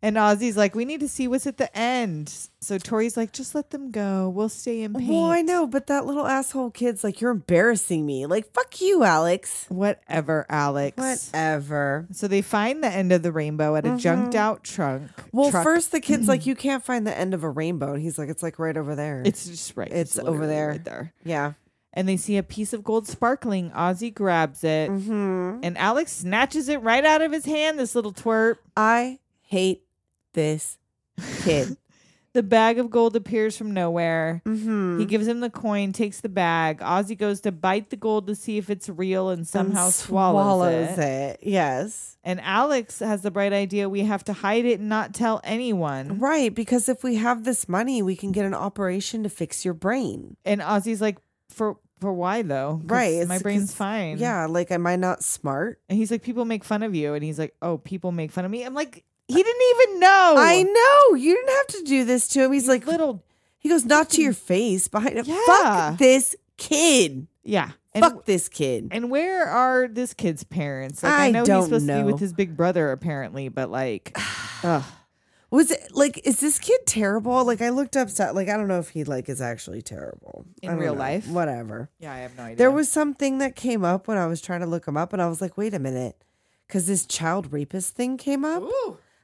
Speaker 4: And Ozzy's like, we need to see what's at the end. So Tori's like, just let them go. We'll stay in paint.
Speaker 5: Well, I know, but that little asshole kid's like, you're embarrassing me. Like, fuck you, Alex.
Speaker 4: Whatever, Alex.
Speaker 5: Whatever.
Speaker 4: So they find the end of the rainbow at a junked out trunk.
Speaker 5: Well,
Speaker 4: truck. Mm-hmm.
Speaker 5: first the kid's like, you can't find the end of a rainbow. And he's like, it's like right over there.
Speaker 4: it's just right.
Speaker 5: It's over
Speaker 4: literally
Speaker 5: there.
Speaker 4: Right there.
Speaker 5: yeah.
Speaker 4: And they see a piece of gold sparkling. Ozzy grabs it,
Speaker 5: Mm-hmm.
Speaker 4: and Alex snatches it right out of his hand. This little twerp.
Speaker 5: I hate this kid.
Speaker 4: The bag of gold appears from nowhere.
Speaker 5: mm-hmm.
Speaker 4: He gives him the coin, takes the bag. Ozzy goes to bite the gold to see if it's real and somehow swallows, it.
Speaker 5: it. Yes.
Speaker 4: And Alex has the bright idea we have to hide it and not tell anyone.
Speaker 5: Right. Because if we have this money, we can get an operation to fix your brain.
Speaker 4: And Ozzy's like, for for why though? 'Cause
Speaker 5: Right. it's
Speaker 4: My
Speaker 5: 'cause-
Speaker 4: brain's fine.
Speaker 5: Yeah. Like, am I not smart?
Speaker 4: And he's like, people make fun of you. And he's like, oh, people make fun of me. I'm like, he didn't even know.
Speaker 5: I know. You didn't have to do this to him. He's like,
Speaker 4: little.
Speaker 5: he goes, not to your face behind him.
Speaker 4: Yeah.
Speaker 5: Fuck this kid.
Speaker 4: Yeah. And,
Speaker 5: Fuck this kid.
Speaker 4: and where are this kid's parents? Like, I,
Speaker 5: I
Speaker 4: know
Speaker 5: don't
Speaker 4: he's supposed to be
Speaker 5: know.
Speaker 4: with his big brother apparently, but like, ugh.
Speaker 5: Was it like, is this kid terrible? Like, I looked up, stuff. like, I don't know if he like is actually terrible
Speaker 4: In
Speaker 5: I don't
Speaker 4: real
Speaker 5: know.
Speaker 4: life?
Speaker 5: Whatever.
Speaker 4: Yeah, I have no idea.
Speaker 5: There was something that came up when I was trying to look him up, and I was like, wait a minute, because this child rapist thing came up,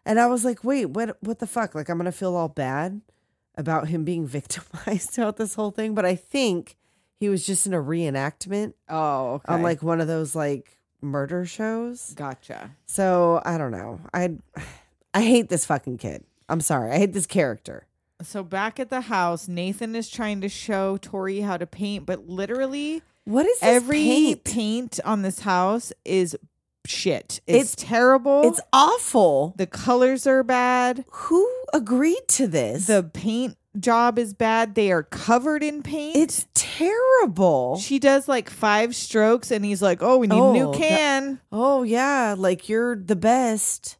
Speaker 5: and I was like, wait, what? What the fuck? Like, I'm gonna feel all bad about him being victimized throughout this whole thing, but I think he was just in a reenactment
Speaker 4: oh, okay.
Speaker 5: on like one of those like murder shows.
Speaker 4: gotcha.
Speaker 5: So I don't know. I I hate this fucking kid. I'm sorry. I hate this character.
Speaker 4: So back at the house, Nathan is trying to show Tori how to paint, but literally
Speaker 5: What is this
Speaker 4: every paint?
Speaker 5: paint?
Speaker 4: on this house is shit. It's,
Speaker 5: It's-
Speaker 4: terrible.
Speaker 5: It's awful.
Speaker 4: the colors are bad.
Speaker 5: Who agreed to this?
Speaker 4: The paint job is bad. They are covered in paint.
Speaker 5: It's terrible.
Speaker 4: she does like five strokes and he's like, "Oh, we need a
Speaker 5: Oh,
Speaker 4: new
Speaker 5: that-
Speaker 4: can."
Speaker 5: oh yeah, like you're the best.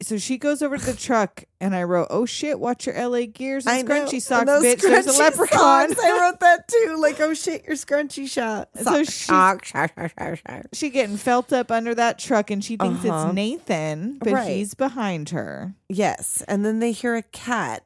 Speaker 4: so she goes over to the truck and I wrote, "Oh shit, watch your LA gears and
Speaker 5: know.
Speaker 4: scrunchy
Speaker 5: And
Speaker 4: socks,
Speaker 5: those
Speaker 4: bitch. There's a
Speaker 5: scrunchy
Speaker 4: leprechaun."
Speaker 5: socks, I wrote that too. Like oh shit, your scrunchy shot.
Speaker 4: So
Speaker 5: Sock,
Speaker 4: she's-
Speaker 5: sock, sock, sock, sock, sock.
Speaker 4: she getting felt up under that truck and she thinks
Speaker 5: Uh-huh.
Speaker 4: it's Nathan, but
Speaker 5: Right.
Speaker 4: he's behind her.
Speaker 5: Yes, and then they hear a cat.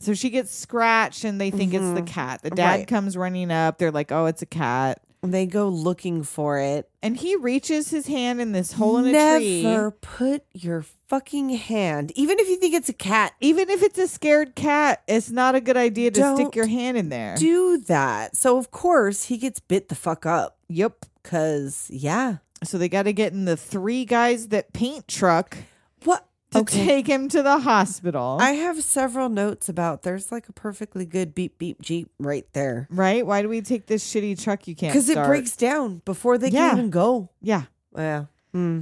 Speaker 4: So she gets scratched and they think it's the cat. The dad
Speaker 5: Mm-hmm. Right.
Speaker 4: comes running up. They're like, "Oh, it's a cat."
Speaker 5: and They go looking for it.
Speaker 4: And he reaches his hand in this hole in
Speaker 5: Never
Speaker 4: a tree.
Speaker 5: put your fucking hand, even if you think it's a cat.
Speaker 4: Even if it's a scared cat, it's not a good idea to
Speaker 5: Don't
Speaker 4: stick your hand in there.
Speaker 5: Do that. So of course he gets bit the fuck up.
Speaker 4: yep.
Speaker 5: Cause yeah,
Speaker 4: So they got to get in the three guys that paint truck
Speaker 5: what?
Speaker 4: to take him to the hospital.
Speaker 5: I have several notes about there's like a perfectly good beep beep jeep right there.
Speaker 4: Right? Why do we take this shitty truck you can't
Speaker 5: Because it
Speaker 4: start?
Speaker 5: breaks down before they
Speaker 4: Yeah.
Speaker 5: can even go.
Speaker 4: Yeah.
Speaker 5: Yeah. Hmm.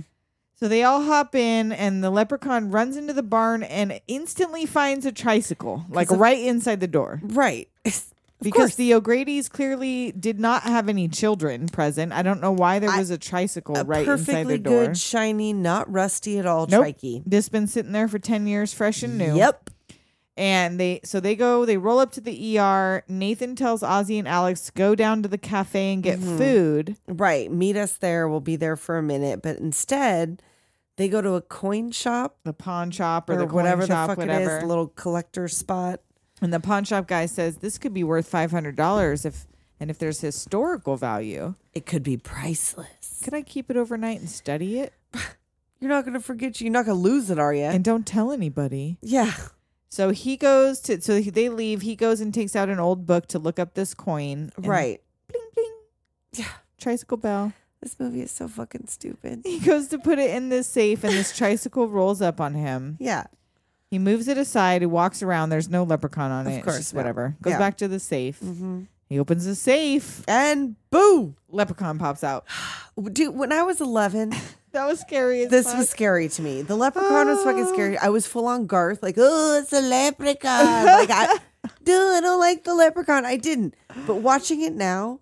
Speaker 4: So they all hop in and the leprechaun runs into the barn and instantly finds a tricycle, like
Speaker 5: of-
Speaker 4: right inside the door.
Speaker 5: Right.
Speaker 4: Because the O'Grady's clearly did not have any children present. I don't know why there was a tricycle
Speaker 5: a
Speaker 4: right inside
Speaker 5: perfectly
Speaker 4: their door.
Speaker 5: good, shiny, not rusty at all
Speaker 4: nope.
Speaker 5: trikey.
Speaker 4: This been sitting there for 10 years fresh and new.
Speaker 5: Yep.
Speaker 4: And they so they go, they roll up to the ER. Nathan tells Ozzy and Alex to go down to the cafe and get
Speaker 5: Mm-hmm.
Speaker 4: food.
Speaker 5: Right. Meet us there. We'll be there for a minute. But instead, they go to a coin shop
Speaker 4: The pawn shop or,
Speaker 5: or,
Speaker 4: the coin
Speaker 5: whatever the
Speaker 4: shop,
Speaker 5: fuck
Speaker 4: whatever.
Speaker 5: it is, little collector spot.
Speaker 4: And the pawn shop guy says this could be worth five hundred dollars if and if there's historical value.
Speaker 5: It could be priceless.
Speaker 4: Could I keep it overnight and study it?
Speaker 5: You're not going to forget you. You're not going to lose it, are you?
Speaker 4: And don't tell anybody.
Speaker 5: yeah.
Speaker 4: So he goes to so he- they leave. He goes and takes out an old book to look up this coin. and
Speaker 5: Right.
Speaker 4: Bling bling.
Speaker 5: Yeah.
Speaker 4: Tricycle bell.
Speaker 5: This movie is so fucking stupid.
Speaker 4: He goes to put it in this safe and this tricycle rolls up on him.
Speaker 5: Yeah.
Speaker 4: He moves it aside. He walks around. There's no leprechaun on
Speaker 5: Of
Speaker 4: it. It's
Speaker 5: course
Speaker 4: just
Speaker 5: not.
Speaker 4: whatever. Goes
Speaker 5: Yeah. Mm-hmm.
Speaker 4: back to the safe. He opens the safe.
Speaker 5: And boom.
Speaker 4: Leprechaun pops out.
Speaker 5: Dude, when I was 11,
Speaker 4: That was scary. As
Speaker 5: this
Speaker 4: fuck.
Speaker 5: was scary to me. The leprechaun was fucking scary. I was full on Garth, like, oh, it's a leprechaun. Like, I, dude, I don't like the leprechaun. I didn't. But watching it now,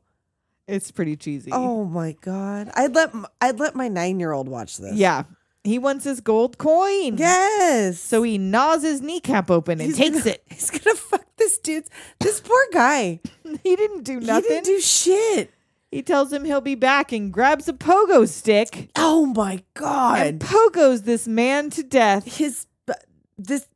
Speaker 4: It's pretty cheesy.
Speaker 5: oh my god, I'd let m- I'd let my nine year old watch this.
Speaker 4: yeah. He wants his gold coin.
Speaker 5: Yes.
Speaker 4: So he gnaws his kneecap open and
Speaker 5: He's
Speaker 4: takes
Speaker 5: gonna-
Speaker 4: it.
Speaker 5: He's gonna fuck this dude's this poor guy.
Speaker 4: He didn't do nothing.
Speaker 5: He didn't do shit.
Speaker 4: He tells him he'll be back and grabs a pogo stick
Speaker 5: Oh my god.
Speaker 4: and pogos this man to death.
Speaker 5: his this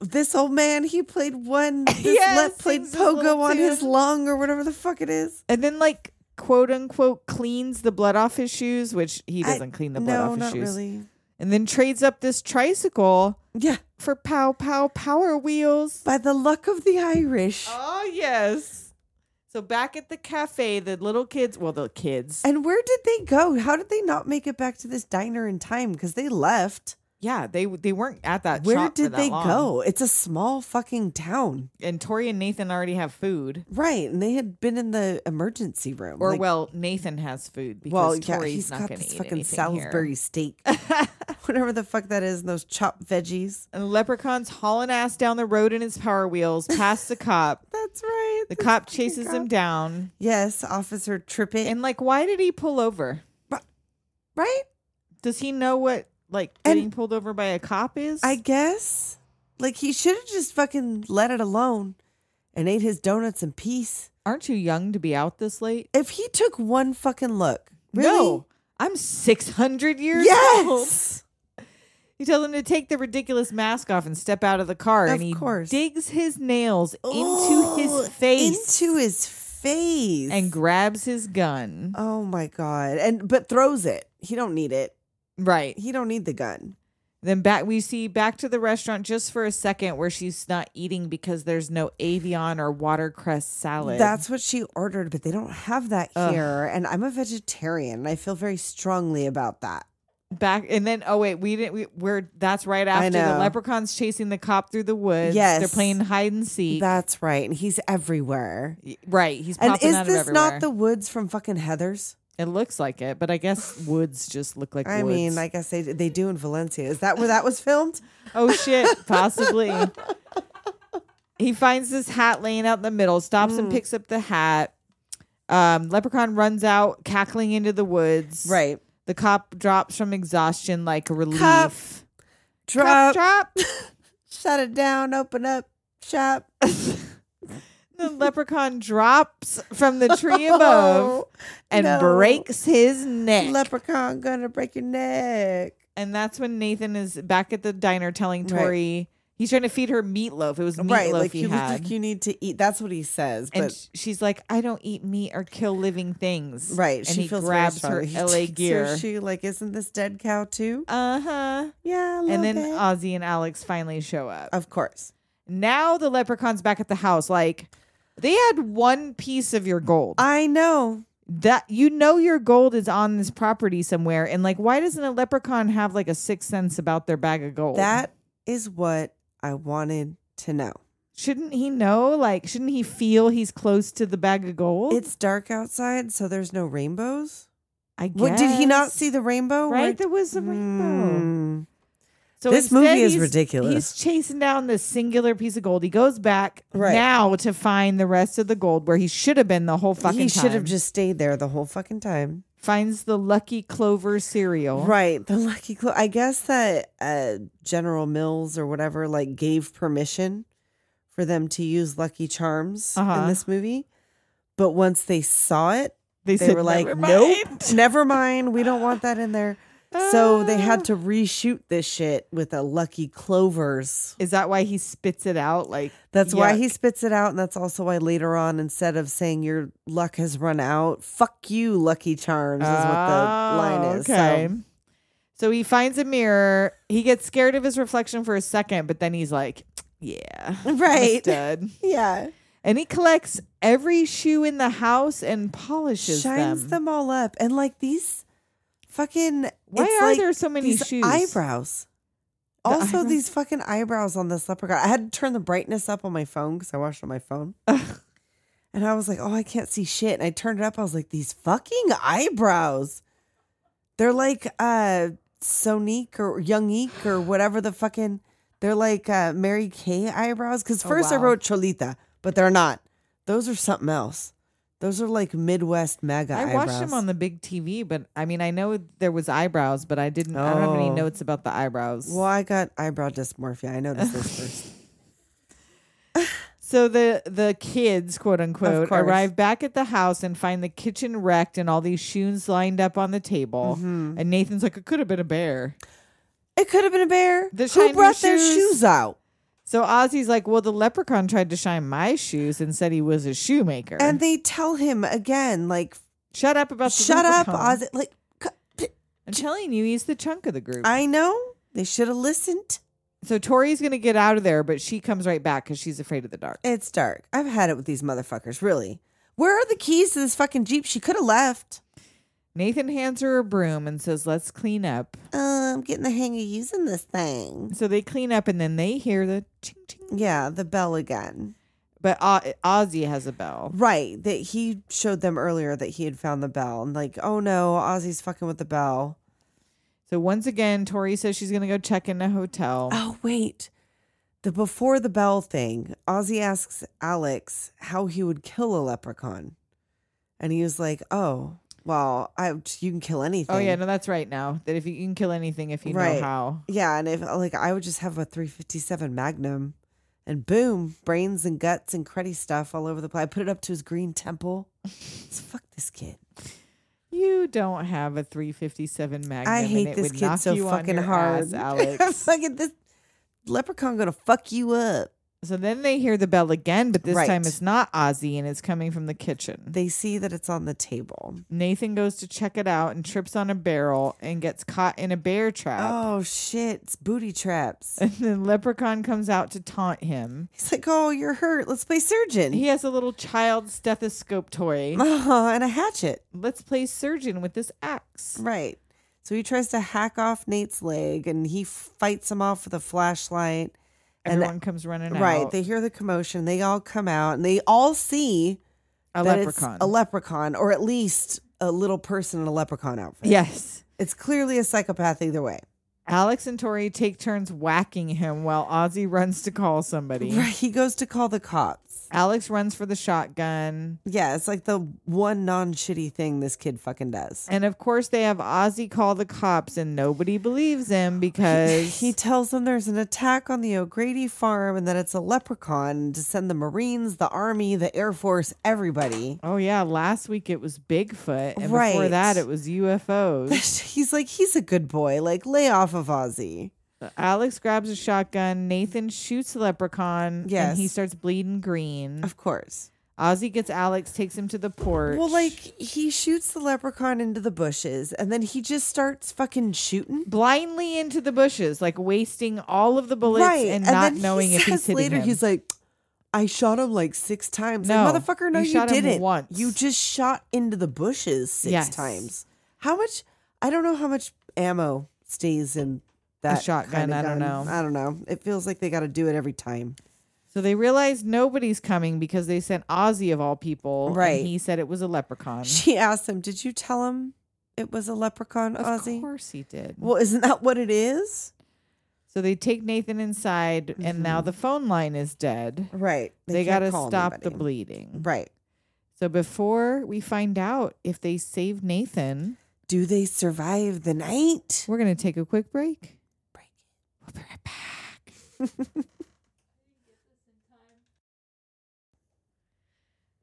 Speaker 5: this old man, he played one, this
Speaker 4: Yes,
Speaker 5: left played
Speaker 4: sings his little
Speaker 5: pogo on his
Speaker 4: tune.
Speaker 5: lung or whatever the fuck it is.
Speaker 4: And then like quote unquote cleans the blood off his shoes, which he
Speaker 5: I-
Speaker 4: doesn't clean the blood
Speaker 5: No,
Speaker 4: off his
Speaker 5: not
Speaker 4: shoes.
Speaker 5: really.
Speaker 4: And then trades up this tricycle
Speaker 5: Yeah,
Speaker 4: for pow pow power wheels.
Speaker 5: by the luck of the Irish.
Speaker 4: Oh yes. So back at the cafe, the little kids well the kids.
Speaker 5: And where did they go? How did they not make it back to this diner in time? Because they left.
Speaker 4: Yeah, they they weren't at that.
Speaker 5: Where
Speaker 4: shop for
Speaker 5: did
Speaker 4: that
Speaker 5: they
Speaker 4: long.
Speaker 5: go? It's a small fucking town.
Speaker 4: And Tori and Nathan already have food.
Speaker 5: Right. And they had been in the emergency room.
Speaker 4: Or
Speaker 5: like-
Speaker 4: well, Nathan has food because
Speaker 5: well, yeah,
Speaker 4: Tori's
Speaker 5: he's
Speaker 4: not
Speaker 5: got
Speaker 4: going to
Speaker 5: this
Speaker 4: eat
Speaker 5: fucking
Speaker 4: anything
Speaker 5: Salisbury
Speaker 4: Here.
Speaker 5: steak, whatever the fuck that is, and those chopped veggies.
Speaker 4: And the leprechaun's hauling ass down the road in his power wheels past the cop.
Speaker 5: That's right.
Speaker 4: The cop chases him down.
Speaker 5: Yes, Officer Trippett.
Speaker 4: And like, why did he pull over?
Speaker 5: right?
Speaker 4: Does he know what like getting
Speaker 5: And-
Speaker 4: pulled over by a cop is?
Speaker 5: I guess. Like he should have just fucking let it alone and ate his donuts in peace.
Speaker 4: aren't you young to be out this late?
Speaker 5: If he took one fucking look, really?
Speaker 4: No, I'm 600 years old.
Speaker 5: Yes.
Speaker 4: You tell him to take the ridiculous mask off and step out of the car,
Speaker 5: Of
Speaker 4: and he
Speaker 5: course.
Speaker 4: digs his nails into
Speaker 5: Oh,
Speaker 4: his face
Speaker 5: Into his face.
Speaker 4: and grabs his gun.
Speaker 5: Oh my god. And but throws it. He don't need it.
Speaker 4: right.
Speaker 5: He don't need the gun.
Speaker 4: Then back we see back to the restaurant just for a second where she's not eating because there's no avion or watercress salad.
Speaker 5: That's what she ordered, but they don't have that
Speaker 4: Ugh.
Speaker 5: here. And I'm a vegetarian and I feel very strongly about that.
Speaker 4: back and then oh wait we didn't we, we're that's right
Speaker 5: I
Speaker 4: after the
Speaker 5: know.
Speaker 4: leprechauns chasing the cop through the woods they're
Speaker 5: Yes.
Speaker 4: playing hide and seek
Speaker 5: That's right. And he's everywhere.
Speaker 4: right he's
Speaker 5: And
Speaker 4: popping
Speaker 5: is
Speaker 4: out
Speaker 5: this
Speaker 4: of everywhere
Speaker 5: not the woods from fucking Heather's?
Speaker 4: it looks like it but i guess woods just look like
Speaker 5: I
Speaker 4: woods.
Speaker 5: mean, I guess they they do in Valencia. Is that where that was filmed?
Speaker 4: oh shit possibly he finds this hat laying out in the middle stops
Speaker 5: Mm.
Speaker 4: and picks up the hat um, leprechaun runs out cackling into the woods the cop drops from exhaustion like a relief
Speaker 5: Cop,
Speaker 4: Cop
Speaker 5: Drop,
Speaker 4: drop
Speaker 5: shut it down, open up, shop.
Speaker 4: The leprechaun drops from the tree above and
Speaker 5: no.
Speaker 4: breaks his neck.
Speaker 5: Oh, Leprechaun gonna break your neck.
Speaker 4: and that's when Nathan is back at the diner telling
Speaker 5: Right.
Speaker 4: Tori he's trying to feed her meatloaf. It was meatloaf
Speaker 5: right, like
Speaker 4: he
Speaker 5: you look
Speaker 4: had.
Speaker 5: like you need to eat. That's what he says. But
Speaker 4: and sh- she's like, I don't eat meat or kill living things.
Speaker 5: right,
Speaker 4: And
Speaker 5: she
Speaker 4: he
Speaker 5: feels very
Speaker 4: grabs
Speaker 5: strongly.
Speaker 4: her
Speaker 5: He
Speaker 4: LA
Speaker 5: takes
Speaker 4: gear.
Speaker 5: Her shoe, like, isn't this dead cow too?
Speaker 4: uh huh.
Speaker 5: Yeah, a little
Speaker 4: And then
Speaker 5: bit.
Speaker 4: Ozzy and Alex finally show up.
Speaker 5: of course.
Speaker 4: Now the leprechaun's back at the house. Like, they had one piece of your gold.
Speaker 5: I know.
Speaker 4: that you know your gold is on this property somewhere and like why doesn't a leprechaun have like a sixth sense about their bag of gold
Speaker 5: That is what I wanted to know.
Speaker 4: shouldn't he know like shouldn't he feel he's close to the bag of gold
Speaker 5: It's dark outside, so there's no rainbows.
Speaker 4: i guess
Speaker 5: What, did he not see the rainbow?
Speaker 4: right
Speaker 5: Where-
Speaker 4: there was a rainbow
Speaker 5: Mm.
Speaker 4: so
Speaker 5: This
Speaker 4: instead
Speaker 5: movie is
Speaker 4: he's-
Speaker 5: ridiculous.
Speaker 4: he's chasing down this singular piece of gold he goes back
Speaker 5: Right.
Speaker 4: now to find the rest of the gold where he should have been the whole fucking
Speaker 5: He should
Speaker 4: time.
Speaker 5: have just stayed there the whole fucking time.
Speaker 4: finds the lucky clover cereal
Speaker 5: Right. The lucky clue. I guess that uh, General Mills or whatever like gave permission for them to use Lucky Charms
Speaker 4: Uh-huh.
Speaker 5: in this movie. But once they saw it,
Speaker 4: they,
Speaker 5: they
Speaker 4: said,
Speaker 5: were like,
Speaker 4: "Never mind."
Speaker 5: "Nope, never mind. We don't want that in there." So they
Speaker 4: Ah.
Speaker 5: had to reshoot this shit with a Lucky Clovers.
Speaker 4: is that why he spits it out like
Speaker 5: That's why he
Speaker 4: yuck.
Speaker 5: spits it out, and that's also why later on, instead of saying your luck has run out, "fuck you, Lucky Charms" is what the line
Speaker 4: Oh,
Speaker 5: is.
Speaker 4: Okay.
Speaker 5: So,
Speaker 4: So. he finds a mirror. He gets scared of his reflection for a second, but then he's like, yeah. I'm a
Speaker 5: Right.
Speaker 4: stud."
Speaker 5: yeah,
Speaker 4: And he collects every shoe in the house and polishes
Speaker 5: shines
Speaker 4: them.
Speaker 5: them. all up, and like these fucking.
Speaker 4: Why
Speaker 5: it's
Speaker 4: are
Speaker 5: like
Speaker 4: there so many
Speaker 5: these
Speaker 4: shoes?
Speaker 5: Eyebrows. also,
Speaker 4: eyebrows?
Speaker 5: these fucking eyebrows on this leprechaun. I had to turn the brightness up on my phone because I watched on my phone. And I was like, oh, I can't see shit. And I turned it up. I was like, these fucking eyebrows. They're like uh Sonique or Young Eek or whatever the fucking they're like uh Mary Kay eyebrows. Cause
Speaker 4: Oh,
Speaker 5: first I
Speaker 4: wow.
Speaker 5: wrote Cholita, but they're not. Those are something else. Those are like Midwest MAGA
Speaker 4: I
Speaker 5: eyebrows.
Speaker 4: watched him on the big TV, but I mean, I know there was eyebrows, but I didn't. I don't have any
Speaker 5: Oh.
Speaker 4: notes about the eyebrows.
Speaker 5: Well, I got eyebrow dysmorphia. I noticed this first.
Speaker 4: So the the kids, quote unquote,
Speaker 5: course.
Speaker 4: arrive back at the house and find the kitchen wrecked and all these shoes lined up on the table.
Speaker 5: Mm-hmm.
Speaker 4: And Nathan's like, "It could have been a bear."
Speaker 5: It could have been a bear.
Speaker 4: The
Speaker 5: Who
Speaker 4: shiny
Speaker 5: brought their
Speaker 4: shoes.
Speaker 5: shoes out?
Speaker 4: So Ozzy's like, well, the leprechaun tried to shine my shoes and said he was a shoemaker.
Speaker 5: And they tell him again, like,
Speaker 4: shut up about the
Speaker 5: shut up,
Speaker 4: leprechaun.
Speaker 5: Ozzy. Like, c-
Speaker 4: I'm telling you, he's the chunk of the group.
Speaker 5: I know they should have listened.
Speaker 4: so Tori's gonna get out of there, but she comes right back because she's afraid of the dark.
Speaker 5: It's dark. I've had it with these motherfuckers, really. Where are the keys to this fucking Jeep? She could have left.
Speaker 4: Nathan hands her a broom and says, "Let's clean up."
Speaker 5: Uh, I'm getting the hang of using this thing.
Speaker 4: So they clean up, and then they hear the ching ching.
Speaker 5: Yeah, the bell again.
Speaker 4: But O- Ozzy has a bell.
Speaker 5: Right. That he showed them earlier that he had found the bell and like, oh no, Ozzy's fucking with the bell.
Speaker 4: So once again, Tori says she's gonna go check in a hotel.
Speaker 5: Oh wait. The before the bell thing, Ozzy asks Alex how he would kill a leprechaun. And he was like, Oh, well, I you can kill anything.
Speaker 4: Oh yeah, no, that's right now. That if you, you can kill anything if you
Speaker 5: Right.
Speaker 4: know how.
Speaker 5: Yeah, and if like I would just have a 357 Magnum and boom, brains and guts and cruddy stuff all over the place. I put it up to his green temple. It's- Fuck this kid.
Speaker 4: You don't have a 357 Magnum.
Speaker 5: I
Speaker 4: and
Speaker 5: hate
Speaker 4: it
Speaker 5: this
Speaker 4: would
Speaker 5: kid
Speaker 4: knock
Speaker 5: so
Speaker 4: you on
Speaker 5: fucking
Speaker 4: your
Speaker 5: hard.
Speaker 4: ass, Alex.
Speaker 5: fucking this leprechaun gonna fuck you up.
Speaker 4: so then they hear the bell again, but this
Speaker 5: Right.
Speaker 4: time it's not Ozzy and it's coming from the kitchen.
Speaker 5: They see that it's on the table.
Speaker 4: Nathan goes to check it out and trips on a barrel and gets caught in a bear trap.
Speaker 5: Oh shit, it's booty traps.
Speaker 4: And then Leprechaun comes out to taunt him.
Speaker 5: He's like, Oh, you're hurt. Let's play surgeon.
Speaker 4: He has a little child stethoscope toy.
Speaker 5: uh-huh, and a hatchet.
Speaker 4: Let's play surgeon with this axe.
Speaker 5: Right. So he tries to hack off Nate's leg and he fights him off with a flashlight. And
Speaker 4: Everyone comes running
Speaker 5: Right.
Speaker 4: out.
Speaker 5: They hear the commotion. They all come out and they all see
Speaker 4: a
Speaker 5: that
Speaker 4: leprechaun.
Speaker 5: It's a leprechaun, or at least a little person in a leprechaun outfit.
Speaker 4: yes.
Speaker 5: It's clearly a psychopath either way.
Speaker 4: Alex and Tori take turns whacking him while Ozzy runs to call somebody.
Speaker 5: Right. He goes to call the cops.
Speaker 4: Alex runs for the shotgun.
Speaker 5: Yeah. It's like the one non shitty thing this kid fucking does.
Speaker 4: And of course, they have Ozzy call the cops, and nobody believes him because
Speaker 5: He tells them there's an attack on the O'Grady farm and that it's a leprechaun to send the Marines, the Army, the Air Force, everybody.
Speaker 4: Oh yeah, last week it was Bigfoot, and before
Speaker 5: Right.
Speaker 4: that it was UFOs.
Speaker 5: He's like, he's a good boy. Like, lay off of Ozzy.
Speaker 4: Alex grabs a shotgun. Nathan shoots the leprechaun, and he
Speaker 5: Yes.
Speaker 4: starts bleeding green.
Speaker 5: Of course.
Speaker 4: Ozzy gets Alex, takes him to the porch.
Speaker 5: Well, like he shoots the leprechaun into the bushes, and then he just starts fucking shooting.
Speaker 4: blindly into the bushes, like wasting all of the bullets and, not knowing if he's
Speaker 5: says
Speaker 4: hitting
Speaker 5: later,
Speaker 4: him.
Speaker 5: he's like, "I shot him like six times."
Speaker 4: No,
Speaker 5: like, motherfucker, no,
Speaker 4: you
Speaker 5: you,
Speaker 4: shot him
Speaker 5: didn't.
Speaker 4: once.
Speaker 5: You just shot into the bushes six
Speaker 4: Yes.
Speaker 5: times. How much? I don't know how much ammo stays in that kind
Speaker 4: shotgun,
Speaker 5: of
Speaker 4: I don't
Speaker 5: gun.
Speaker 4: know.
Speaker 5: I don't know. It feels like they got to do it every time.
Speaker 4: so they realize nobody's coming because they sent Ozzy of all people. and
Speaker 5: Right.
Speaker 4: he said it was a leprechaun.
Speaker 5: She asked him, "Did you tell him it was a leprechaun,
Speaker 4: of
Speaker 5: Ozzy?"
Speaker 4: course he did.
Speaker 5: Well, isn't that what it is?
Speaker 4: so they take Nathan inside, and now the phone line is dead.
Speaker 5: Mm-hmm. Right.
Speaker 4: They,
Speaker 5: can't
Speaker 4: gotta
Speaker 5: call
Speaker 4: stop the
Speaker 5: anybody.
Speaker 4: bleeding.
Speaker 5: Right.
Speaker 4: So before we find out if they save Nathan,
Speaker 5: Do they survive the night?
Speaker 4: we're gonna take a quick break. We'll be right back.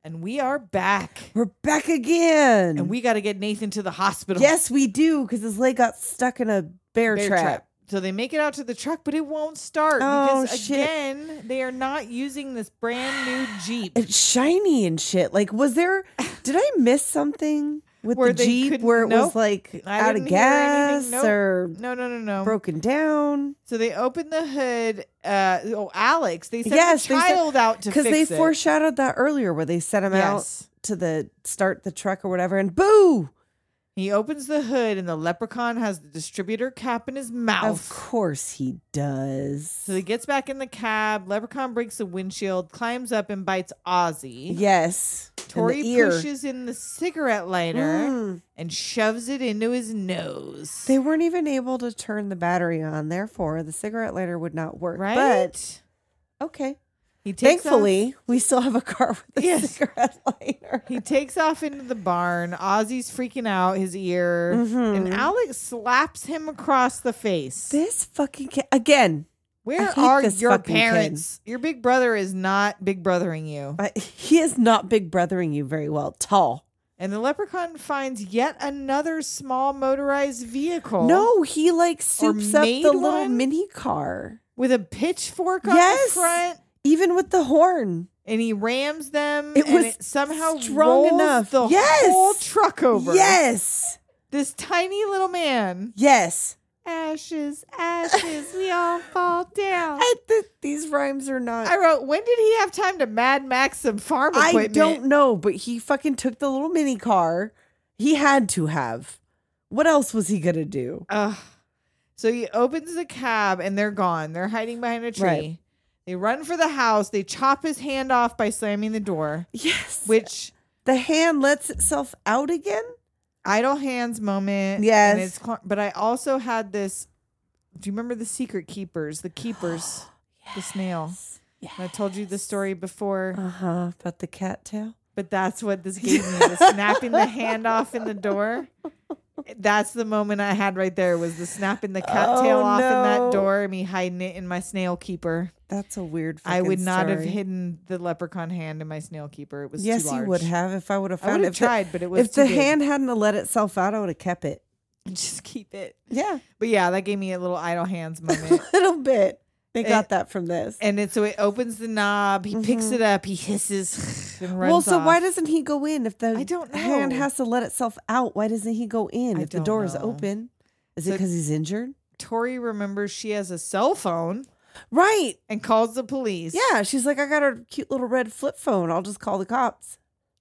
Speaker 4: and we are back.
Speaker 5: We're back again.
Speaker 4: And we gotta get Nathan to the hospital.
Speaker 5: yes, we do, because his leg got stuck in a bear,
Speaker 4: Bear
Speaker 5: trap.
Speaker 4: So they make it out to the truck, but it won't start
Speaker 5: Oh,
Speaker 4: because
Speaker 5: shit.
Speaker 4: again, they are not using this brand new Jeep.
Speaker 5: It's shiny and shit. Like, was there? Did I miss something with
Speaker 4: Where
Speaker 5: the
Speaker 4: they
Speaker 5: jeep
Speaker 4: couldn't-
Speaker 5: where it
Speaker 4: nope.
Speaker 5: was like
Speaker 4: I
Speaker 5: out of
Speaker 4: didn't hear anything.
Speaker 5: gas
Speaker 4: Nope.
Speaker 5: or
Speaker 4: No, no, no, no.
Speaker 5: broken down?
Speaker 4: So they open the hood. Uh, oh, Alex, they sent
Speaker 5: Yes,
Speaker 4: the
Speaker 5: they sent-
Speaker 4: child out to
Speaker 5: Because
Speaker 4: fix
Speaker 5: they
Speaker 4: it.
Speaker 5: foreshadowed that earlier, where they sent him
Speaker 4: Yes.
Speaker 5: out to the start the truck or whatever, and boo!
Speaker 4: He opens the hood, and the leprechaun has the distributor cap in his
Speaker 5: Of
Speaker 4: mouth.
Speaker 5: course he does.
Speaker 4: so he gets back in the cab. Leprechaun breaks the windshield, climbs up, and bites Ozzy.
Speaker 5: Yes, And the
Speaker 4: Tori
Speaker 5: ear.
Speaker 4: pushes in the cigarette lighter
Speaker 5: Mm.
Speaker 4: and shoves it into his nose.
Speaker 5: They weren't even able to turn the battery on, therefore the cigarette lighter would not work.
Speaker 4: right?
Speaker 5: But okay.
Speaker 4: he takes
Speaker 5: Thankfully, we still have a car with a
Speaker 4: Yes.
Speaker 5: cigarette lighter.
Speaker 4: He takes off into the barn. Ozzy's freaking out, his ear,
Speaker 5: Mm-hmm.
Speaker 4: and Alex slaps him across the face.
Speaker 5: This fucking kid again.
Speaker 4: Where
Speaker 5: hate
Speaker 4: are
Speaker 5: this
Speaker 4: your
Speaker 5: fucking kid.
Speaker 4: parents? Your big brother is not big brothering you.
Speaker 5: I, he is not big brothering you very well. Tall.
Speaker 4: And the leprechaun finds yet another small motorized vehicle.
Speaker 5: No, he like soups up
Speaker 4: made
Speaker 5: the little
Speaker 4: one?
Speaker 5: mini car.
Speaker 4: with a pitchfork on
Speaker 5: Yes.
Speaker 4: the front,
Speaker 5: Even with the horn.
Speaker 4: and he rams them.
Speaker 5: It
Speaker 4: and
Speaker 5: was
Speaker 4: it somehow
Speaker 5: strong
Speaker 4: rolls
Speaker 5: enough.
Speaker 4: the
Speaker 5: Yes.
Speaker 4: whole truck over.
Speaker 5: Yes.
Speaker 4: this tiny little man.
Speaker 5: Yes.
Speaker 4: Ashes, ashes, we all fall down.
Speaker 5: I th- these rhymes are not.
Speaker 4: I wrote, when did he have time to Mad Max some farm
Speaker 5: I
Speaker 4: equipment?
Speaker 5: don't know, but he fucking took the little mini car. He had to have. What else was he gonna do?
Speaker 4: Ugh. So he opens the cab and they're gone. They're hiding behind a tree.
Speaker 5: Right.
Speaker 4: They run for the house. They chop his hand off by slamming the door,
Speaker 5: Yes.
Speaker 4: which
Speaker 5: the hand lets itself out again.
Speaker 4: idle hands moment.
Speaker 5: Yes.
Speaker 4: And it's cl- but I also had this. Do you remember the secret keepers? The keepers, the snail.
Speaker 5: Yeah.
Speaker 4: And I told you the story before.
Speaker 5: Uh
Speaker 4: Uh-huh,
Speaker 5: huh. About the cattail.
Speaker 4: But that's what this gave me the snapping the hand off in the door. That's the moment I had right there was the snapping the cat tail
Speaker 5: Oh,
Speaker 4: off in
Speaker 5: no.
Speaker 4: that door and me hiding it in my snail keeper.
Speaker 5: That's a weird.
Speaker 4: I would
Speaker 5: fucking
Speaker 4: not have
Speaker 5: story.
Speaker 4: hidden the leprechaun hand in my snail keeper. It was too
Speaker 5: Yes, he would
Speaker 4: large.
Speaker 5: have if I would have
Speaker 4: I
Speaker 5: found
Speaker 4: would
Speaker 5: it.
Speaker 4: have
Speaker 5: If the-
Speaker 4: tried, but it was
Speaker 5: if the
Speaker 4: too big.
Speaker 5: hand hadn't have let itself out, I would have kept it.
Speaker 4: just keep it.
Speaker 5: Yeah,
Speaker 4: But yeah, that gave me a little idle hands
Speaker 5: a
Speaker 4: moment.
Speaker 5: little bit. They
Speaker 4: It-
Speaker 5: got that from this.
Speaker 4: and it, so it opens the knob. He picks
Speaker 5: Mhm.
Speaker 4: it up. He hisses and runs.
Speaker 5: Well, so why
Speaker 4: off.
Speaker 5: doesn't he go in if the
Speaker 4: I don't
Speaker 5: hand
Speaker 4: know.
Speaker 5: has to let itself out? Why doesn't he go in
Speaker 4: I
Speaker 5: if the
Speaker 4: don't
Speaker 5: door is
Speaker 4: know.
Speaker 5: open? Is it
Speaker 4: So-
Speaker 5: because he's injured?
Speaker 4: Tori remembers she has a cell phone
Speaker 5: Right.
Speaker 4: and calls the police?
Speaker 5: Yeah. She's like, I got her cute little red flip phone. I'll just call the cops.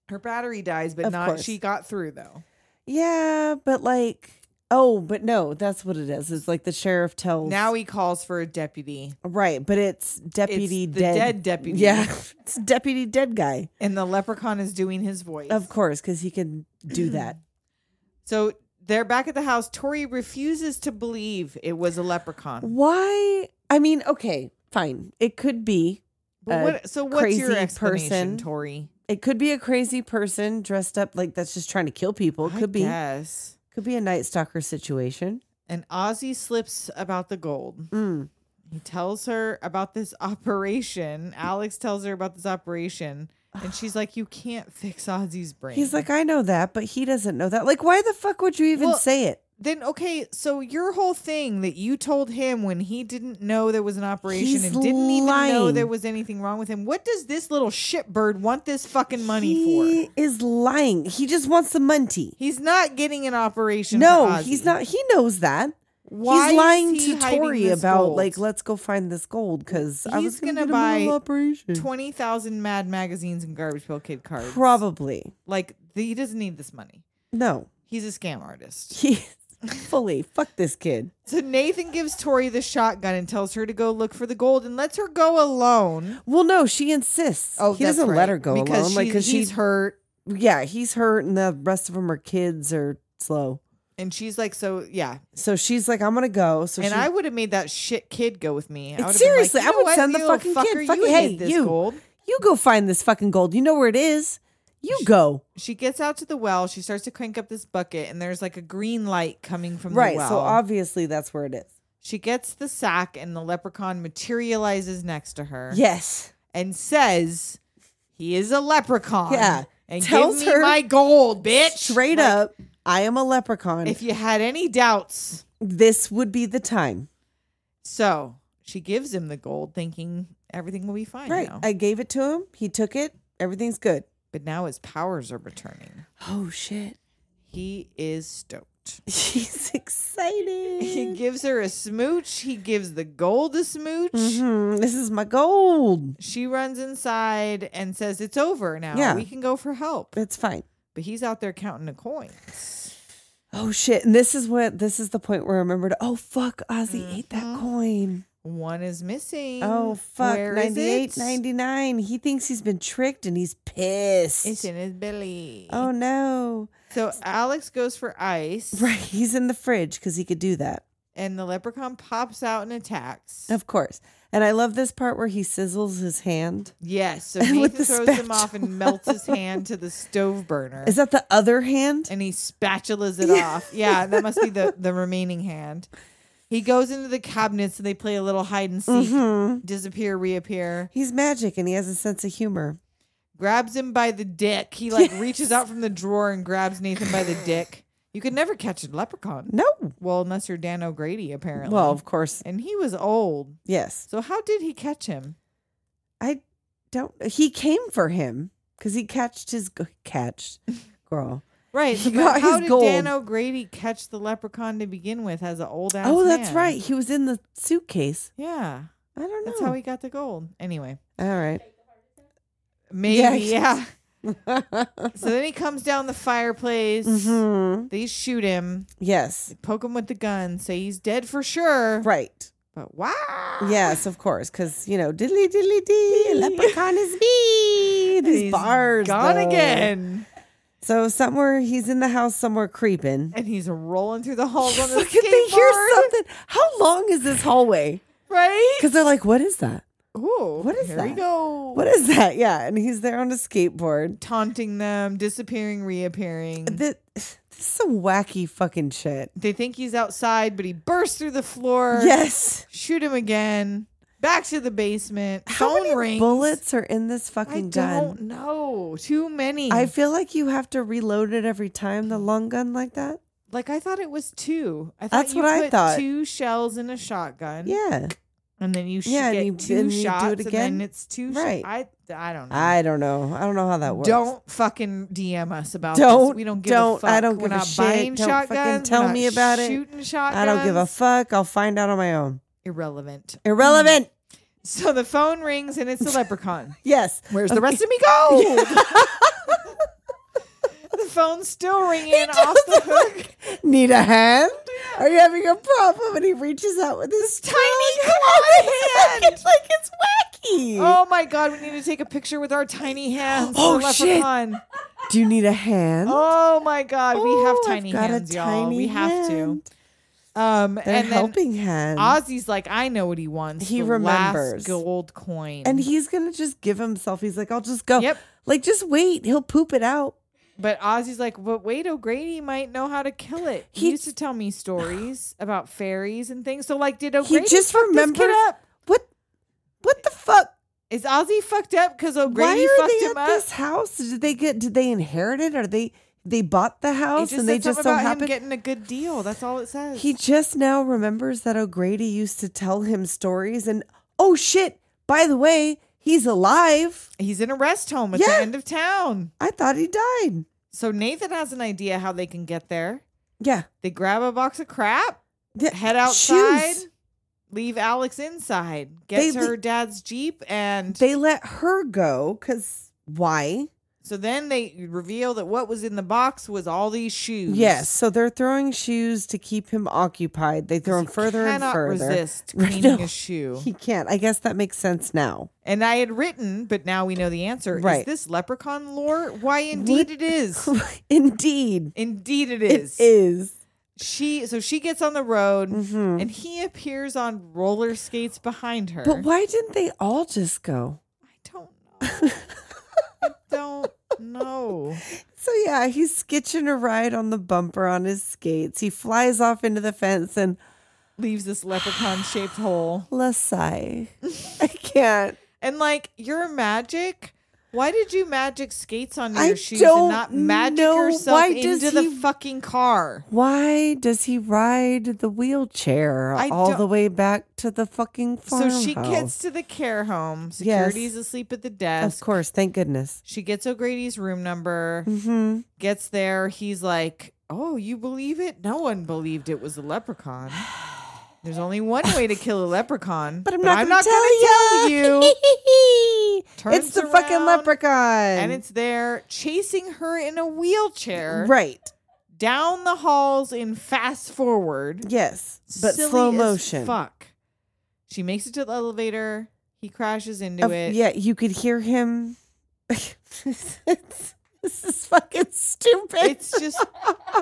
Speaker 4: Her battery dies, but
Speaker 5: Of
Speaker 4: not
Speaker 5: course.
Speaker 4: she got through though.
Speaker 5: Yeah, but like, oh, but no, that's what it is. It's like the sheriff tells.
Speaker 4: Now he calls for a deputy.
Speaker 5: Right, but it's deputy
Speaker 4: the
Speaker 5: dead.
Speaker 4: dead deputy.
Speaker 5: Yeah, it's deputy dead guy.
Speaker 4: And the leprechaun is doing his voice.
Speaker 5: Of course, because he can
Speaker 4: Mm.
Speaker 5: do that.
Speaker 4: so they're back at the house. Tori refuses to believe it was a leprechaun.
Speaker 5: Why? I mean, okay, fine. It could be.
Speaker 4: But
Speaker 5: A
Speaker 4: what, so what's your
Speaker 5: crazy
Speaker 4: explanation,
Speaker 5: person.
Speaker 4: Tori?
Speaker 5: It could be a crazy person dressed up like that's just trying to kill people. Could be.
Speaker 4: Yes.
Speaker 5: Could be a night stalker situation.
Speaker 4: And Ozzy slips about the gold.
Speaker 5: Mm.
Speaker 4: He tells her about this operation. Alex tells her about this operation. And she's like, You can't fix Ozzy's brain.
Speaker 5: He's like, I know that, but he doesn't know that. Like, why the fuck would you even
Speaker 4: Well,
Speaker 5: say it?
Speaker 4: Then okay, so your whole thing that you told him when he didn't know there was an operation
Speaker 5: He's
Speaker 4: and didn't even know
Speaker 5: lying.
Speaker 4: there was anything wrong with him. What does this little shitbird want this fucking money
Speaker 5: he
Speaker 4: for?
Speaker 5: is lying. He just wants the money.
Speaker 4: He's not getting an operation.
Speaker 5: No,
Speaker 4: for Ozzy.
Speaker 5: he's not. He knows that.
Speaker 4: Why
Speaker 5: he's
Speaker 4: is
Speaker 5: lying
Speaker 4: he
Speaker 5: to
Speaker 4: hiding
Speaker 5: Tori
Speaker 4: this
Speaker 5: about
Speaker 4: gold?
Speaker 5: like let's go find this gold because I
Speaker 4: He's
Speaker 5: was gonna,
Speaker 4: gonna
Speaker 5: get him a little
Speaker 4: buy
Speaker 5: operation.
Speaker 4: twenty thousand Mad magazines and Garbage Pail Kid cards.
Speaker 5: Probably
Speaker 4: like the, he doesn't need this money.
Speaker 5: no.
Speaker 4: He's a scam artist.
Speaker 5: He fully fuck this kid.
Speaker 4: So Nathan gives Tori the shotgun and tells her to go look for the gold and lets her go alone.
Speaker 5: Well, no, she insists. he
Speaker 4: Oh, that's
Speaker 5: doesn't
Speaker 4: right,
Speaker 5: let her go
Speaker 4: because
Speaker 5: alone. Like
Speaker 4: she-
Speaker 5: because
Speaker 4: he's
Speaker 5: she's
Speaker 4: hurt.
Speaker 5: yeah, he's hurt, and the rest of them are kids or slow.
Speaker 4: And she's like, so yeah.
Speaker 5: So she's like, I'm gonna go. So
Speaker 4: and
Speaker 5: she,
Speaker 4: I would have made that shit kid go with me. I
Speaker 5: And
Speaker 4: would've been
Speaker 5: seriously,
Speaker 4: you
Speaker 5: I
Speaker 4: know
Speaker 5: would
Speaker 4: what,
Speaker 5: send the
Speaker 4: you little
Speaker 5: fucking
Speaker 4: fucker,
Speaker 5: kid, fucking,
Speaker 4: you
Speaker 5: hey,
Speaker 4: hid this
Speaker 5: you.
Speaker 4: gold.
Speaker 5: you go find this fucking gold. You know where it is. You go.
Speaker 4: She gets out to the well. She starts to crank up this bucket, and there's like a green light coming from
Speaker 5: Right.
Speaker 4: the well.
Speaker 5: So obviously that's where it is.
Speaker 4: she gets the sack, and the leprechaun materializes next to her.
Speaker 5: Yes.
Speaker 4: and says, "He is a leprechaun."
Speaker 5: Yeah.
Speaker 4: and
Speaker 5: Tells
Speaker 4: give me
Speaker 5: her
Speaker 4: my gold, bitch.
Speaker 5: Straight
Speaker 4: Like,
Speaker 5: up, I am a leprechaun.
Speaker 4: If you had any doubts,
Speaker 5: this would be the time.
Speaker 4: so she gives him the gold, thinking everything will be fine
Speaker 5: Right.
Speaker 4: now.
Speaker 5: I gave it to him. He took it. Everything's good.
Speaker 4: but now his powers are returning.
Speaker 5: Oh shit.
Speaker 4: He is stoked.
Speaker 5: She's
Speaker 4: He
Speaker 5: excited.
Speaker 4: gives her a smooch. He gives the gold a smooch.
Speaker 5: Mhm, This is my gold.
Speaker 4: She runs inside and says, It's over now.
Speaker 5: Yeah.
Speaker 4: We can go for help.
Speaker 5: It's fine.
Speaker 4: But he's out there counting the coins.
Speaker 5: Oh shit. And this is what this is the point where I remembered, oh fuck, Ozzy
Speaker 4: Mm-hmm.
Speaker 5: ate that coin.
Speaker 4: One is missing.
Speaker 5: Oh fuck.
Speaker 4: Where is
Speaker 5: 98,
Speaker 4: it?
Speaker 5: 99. He thinks he's been tricked and he's pissed.
Speaker 4: It's in his belly.
Speaker 5: oh no.
Speaker 4: So Alex goes for ice,
Speaker 5: Right. He's in the fridge because he could do that.
Speaker 4: and the leprechaun pops out and attacks.
Speaker 5: Of course. And I love this part where he sizzles his hand.
Speaker 4: Yes. So
Speaker 5: With
Speaker 4: Nathan
Speaker 5: the
Speaker 4: throws him off and melts his hand to the stove burner.
Speaker 5: Is that the other hand?
Speaker 4: and he spatulas it off. Yeah, that must be the, the remaining hand. He goes into the cabinets and they play a little hide and seek,
Speaker 5: Mm-hmm.
Speaker 4: disappear, reappear.
Speaker 5: He's magic and he has a sense of humor.
Speaker 4: Grabs him by the dick. He like reaches out from the drawer and grabs Nathan by the dick. You could never catch a leprechaun.
Speaker 5: No.
Speaker 4: Well, unless you're Dan O'Grady, apparently.
Speaker 5: Well, of course.
Speaker 4: and he was old.
Speaker 5: Yes.
Speaker 4: So how did he catch him?
Speaker 5: I don't. He came for him because he catched his g- catched girl.
Speaker 4: Right.
Speaker 5: He
Speaker 4: but
Speaker 5: got
Speaker 4: how
Speaker 5: his
Speaker 4: did
Speaker 5: gold.
Speaker 4: Dan O'Grady catch the leprechaun to begin with as an old ass?
Speaker 5: oh, that's
Speaker 4: man?
Speaker 5: right. He was in the suitcase.
Speaker 4: Yeah.
Speaker 5: I don't know.
Speaker 4: That's how he got the gold. Anyway.
Speaker 5: All right.
Speaker 4: Maybe,
Speaker 5: Yes.
Speaker 4: yeah. So then he comes down the fireplace.
Speaker 5: Mhm.
Speaker 4: They shoot him,
Speaker 5: Yes.
Speaker 4: poke him with the gun, say he's dead for sure.
Speaker 5: Right.
Speaker 4: But wow.
Speaker 5: Yes, of course, because you know, diddly diddly dee, leprechaun is me. These
Speaker 4: He's
Speaker 5: bars
Speaker 4: gone
Speaker 5: though.
Speaker 4: again.
Speaker 5: So somewhere he's in the house, somewhere creeping.
Speaker 4: And he's rolling throrough the halls on the
Speaker 5: Look, if they hear
Speaker 4: skateboard.
Speaker 5: something, how long is this hallway?
Speaker 4: Right?
Speaker 5: Because they're like, what is that?
Speaker 4: Ooh,
Speaker 5: What is
Speaker 4: here we
Speaker 5: that?
Speaker 4: go.
Speaker 5: What is that? Yeah, and he's there on a skateboard.
Speaker 4: Taunting them, disappearing, reappearing.
Speaker 5: Th- This is some wacky fucking shit.
Speaker 4: they think he's outside, but he bursts through the floor.
Speaker 5: Yes.
Speaker 4: Shoot him again. Back to the basement.
Speaker 5: How
Speaker 4: Phone
Speaker 5: many
Speaker 4: rings.
Speaker 5: bullets are in this
Speaker 4: I
Speaker 5: fucking gun?
Speaker 4: don't know. Too many.
Speaker 5: I feel like you have to reload it every time the long gun like that.
Speaker 4: like I thought it was two. I thought
Speaker 5: That's
Speaker 4: you
Speaker 5: what I
Speaker 4: put
Speaker 5: thought.
Speaker 4: Two shells in a shotgun.
Speaker 5: Yeah.
Speaker 4: and then you sh-
Speaker 5: Yeah, and
Speaker 4: get
Speaker 5: you-
Speaker 4: two
Speaker 5: and you do it
Speaker 4: shots,
Speaker 5: again?
Speaker 4: and then it's two. sho-
Speaker 5: Right.
Speaker 4: I I don't know.
Speaker 5: I don't know. I don't know how that works.
Speaker 4: don't fucking DM us about
Speaker 5: Don't-
Speaker 4: this. We don't give
Speaker 5: don't-
Speaker 4: a fuck.
Speaker 5: I don't
Speaker 4: We're
Speaker 5: give a
Speaker 4: not
Speaker 5: shit.
Speaker 4: buying
Speaker 5: Don't fucking
Speaker 4: shotguns.
Speaker 5: tell
Speaker 4: We're not
Speaker 5: me about it.
Speaker 4: Shooting shotguns.
Speaker 5: I don't give a fuck. I'll find out on my own.
Speaker 4: Mm. Irrelevant.
Speaker 5: Irrelevant.
Speaker 4: So the phone rings and it's the leprechaun.
Speaker 5: Yes.
Speaker 4: Where's the rest of me go? the phone's still ringing off the hook.
Speaker 5: Need a hand? Are you having a problem? And he reaches out with his tiny
Speaker 4: clawed hand.
Speaker 5: It's like it's wacky.
Speaker 4: Oh my god, we need to take a picture with our tiny hands. for
Speaker 5: Oh,
Speaker 4: the
Speaker 5: shit.
Speaker 4: leprechaun.
Speaker 5: Do you need a hand?
Speaker 4: Oh my god, we have
Speaker 5: Oh, I've
Speaker 4: tiny
Speaker 5: got a
Speaker 4: hands, y'all.
Speaker 5: tiny
Speaker 4: We have to.
Speaker 5: hand.
Speaker 4: Um,
Speaker 5: They're
Speaker 4: and then
Speaker 5: helping hand.
Speaker 4: Ozzy's like, I know what he wants.
Speaker 5: He
Speaker 4: the
Speaker 5: remembers.
Speaker 4: last gold coin,
Speaker 5: and he's gonna just give himself. He's like, I'll just go.
Speaker 4: Yep.
Speaker 5: Like, just wait. He'll poop it out.
Speaker 4: But Ozzy's like, but wait, O'Grady might know how to kill it. He,
Speaker 5: He-
Speaker 4: used to tell me stories about fairies and things. So like, did
Speaker 5: He
Speaker 4: O'Grady
Speaker 5: just
Speaker 4: fuck this kid
Speaker 5: remembers.
Speaker 4: up?
Speaker 5: What? What the fuck?
Speaker 4: Is Ozzy fucked up because
Speaker 5: Why
Speaker 4: O'Grady
Speaker 5: are
Speaker 4: fucked
Speaker 5: they
Speaker 4: him
Speaker 5: at
Speaker 4: up?
Speaker 5: this house? Did they get? Did they inherit it? Are they? They bought the
Speaker 4: It
Speaker 5: house
Speaker 4: just
Speaker 5: and they
Speaker 4: said
Speaker 5: just
Speaker 4: something
Speaker 5: so
Speaker 4: about him
Speaker 5: happened.
Speaker 4: getting a good deal. That's all it says.
Speaker 5: He just now remembers that O'Grady used to tell him stories and oh shit, by the way, he's alive.
Speaker 4: He's in a rest home at
Speaker 5: Yeah.
Speaker 4: the end of town.
Speaker 5: I thought he died.
Speaker 4: So Nathan has an idea how they can get there.
Speaker 5: Yeah.
Speaker 4: They grab a box of crap,
Speaker 5: Th-
Speaker 4: head outside,
Speaker 5: Eh, Shoes.
Speaker 4: leave Alex inside,
Speaker 5: They
Speaker 4: gets her
Speaker 5: le-
Speaker 4: dad's Jeep, and
Speaker 5: They let her go because why?
Speaker 4: so then they reveal that what was in the box was all these shoes.
Speaker 5: Yes. So they're throwing shoes to keep him occupied. They throw him further and
Speaker 4: cannot
Speaker 5: further.
Speaker 4: resist
Speaker 5: Right,
Speaker 4: cleaning
Speaker 5: no.
Speaker 4: a shoe.
Speaker 5: He can't. I guess that makes sense now.
Speaker 4: And I had written, but now we know the answer. Is
Speaker 5: Right.
Speaker 4: this leprechaun lore? Why, indeed it is.
Speaker 5: Indeed.
Speaker 4: Indeed it
Speaker 5: It
Speaker 4: is. Mm-hmm.
Speaker 5: is. Mm-hmm.
Speaker 4: She so she gets on the road, and he appears on roller skates behind her.
Speaker 5: But why didn't they all just go?
Speaker 4: I don't know. I don't know.
Speaker 5: So yeah, he's sketching a ride on the bumper on his skates. He flies off into the fence and
Speaker 4: Leaves this leprechaun shaped hole.
Speaker 5: Lasai. I can't.
Speaker 4: And like your magic, why did you magic skates on your
Speaker 5: I
Speaker 4: shoes
Speaker 5: don't
Speaker 4: and not magic
Speaker 5: know.
Speaker 4: yourself
Speaker 5: Why does
Speaker 4: into the
Speaker 5: he-
Speaker 4: fucking car?
Speaker 5: Why does he ride the wheelchair
Speaker 4: I
Speaker 5: all
Speaker 4: don't-
Speaker 5: the way back to the fucking farmhouse?
Speaker 4: So she gets to the care home.
Speaker 5: Yes.
Speaker 4: Security's asleep at the
Speaker 5: Of
Speaker 4: desk.
Speaker 5: course, thank goodness.
Speaker 4: She gets O'Grady's room number, Mm-hmm.
Speaker 5: hmm
Speaker 4: gets there. He's like, Oh, you believe it? No one believed it was a leprechaun. There's only one way to kill a leprechaun.
Speaker 5: But I'm not going to
Speaker 4: gonna
Speaker 5: tell,
Speaker 4: tell you.
Speaker 5: you. it's
Speaker 4: Turns
Speaker 5: the fucking
Speaker 4: around,
Speaker 5: leprechaun.
Speaker 4: and it's there chasing her in a wheelchair
Speaker 5: right.
Speaker 4: down the halls in fast forward,
Speaker 5: Yes, but
Speaker 4: Silly
Speaker 5: slow
Speaker 4: as
Speaker 5: motion.
Speaker 4: fuck. She makes it to the elevator. He crashes into
Speaker 5: Of-
Speaker 4: it.
Speaker 5: Yeah, you could hear him. this is fucking stupid.
Speaker 4: It's just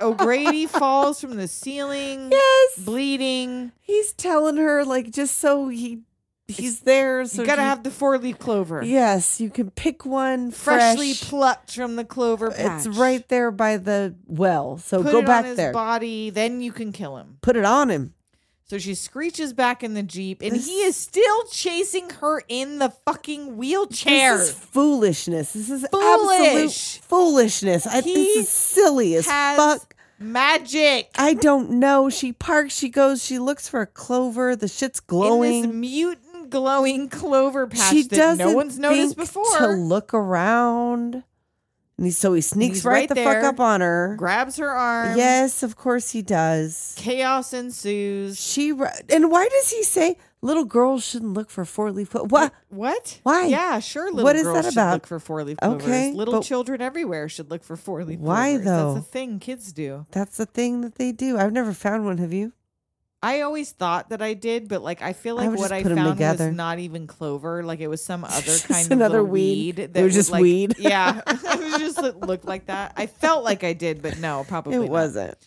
Speaker 4: O'Grady falls from the ceiling,
Speaker 5: yes.
Speaker 4: bleeding.
Speaker 5: He's telling her like just so he he's there. So
Speaker 4: you gotta
Speaker 5: he-
Speaker 4: have the four leaf clover,
Speaker 5: yes. You can pick one
Speaker 4: freshly
Speaker 5: fresh.
Speaker 4: plucked from the clover patch.
Speaker 5: It's right there by the well. So
Speaker 4: Put
Speaker 5: go
Speaker 4: it
Speaker 5: back
Speaker 4: on his
Speaker 5: there.
Speaker 4: body, then you can kill him.
Speaker 5: Put it on him.
Speaker 4: So she screeches back in the jeep, and
Speaker 5: This-
Speaker 4: he is still chasing her in the fucking wheelchair.
Speaker 5: This is foolishness. This is
Speaker 4: Foolish.
Speaker 5: absolute foolishness. I,
Speaker 4: He
Speaker 5: this is silly as
Speaker 4: has
Speaker 5: fuck.
Speaker 4: Magic.
Speaker 5: I don't know. She parks, she goes, she looks for a clover. The shit's
Speaker 4: In this
Speaker 5: glowing.
Speaker 4: mutant glowing clover patch
Speaker 5: She
Speaker 4: that
Speaker 5: doesn't
Speaker 4: no one's noticed
Speaker 5: think
Speaker 4: before.
Speaker 5: to look around. And he, so he sneaks
Speaker 4: he's
Speaker 5: right,
Speaker 4: right
Speaker 5: the
Speaker 4: there.
Speaker 5: fuck up on her.
Speaker 4: grabs her arm.
Speaker 5: Yes, of course he does.
Speaker 4: Chaos ensues.
Speaker 5: She ru- and why does he say little girls shouldn't look for four leaf? What?
Speaker 4: What?
Speaker 5: Why?
Speaker 4: Yeah, sure. Little
Speaker 5: What is
Speaker 4: girls
Speaker 5: that
Speaker 4: should
Speaker 5: about?
Speaker 4: Look for four leaf clovers.
Speaker 5: Okay,
Speaker 4: little
Speaker 5: but-
Speaker 4: children everywhere should look for four leaf
Speaker 5: Why,
Speaker 4: clovers.
Speaker 5: though?
Speaker 4: That's a thing kids do.
Speaker 5: That's the thing that they do. I've never found one. Have you?
Speaker 4: I always thought that I did, but like I feel
Speaker 5: I
Speaker 4: like
Speaker 5: would
Speaker 4: what
Speaker 5: just
Speaker 4: I
Speaker 5: put 'em
Speaker 4: found
Speaker 5: together.
Speaker 4: was not even clover. Like it was some other
Speaker 5: Just
Speaker 4: kind of
Speaker 5: another
Speaker 4: little
Speaker 5: weed.
Speaker 4: weed.
Speaker 5: It
Speaker 4: that
Speaker 5: was just
Speaker 4: like-
Speaker 5: weed.
Speaker 4: Yeah, it was just it looked like that. I felt like I did, but no, probably
Speaker 5: it
Speaker 4: not.
Speaker 5: wasn't.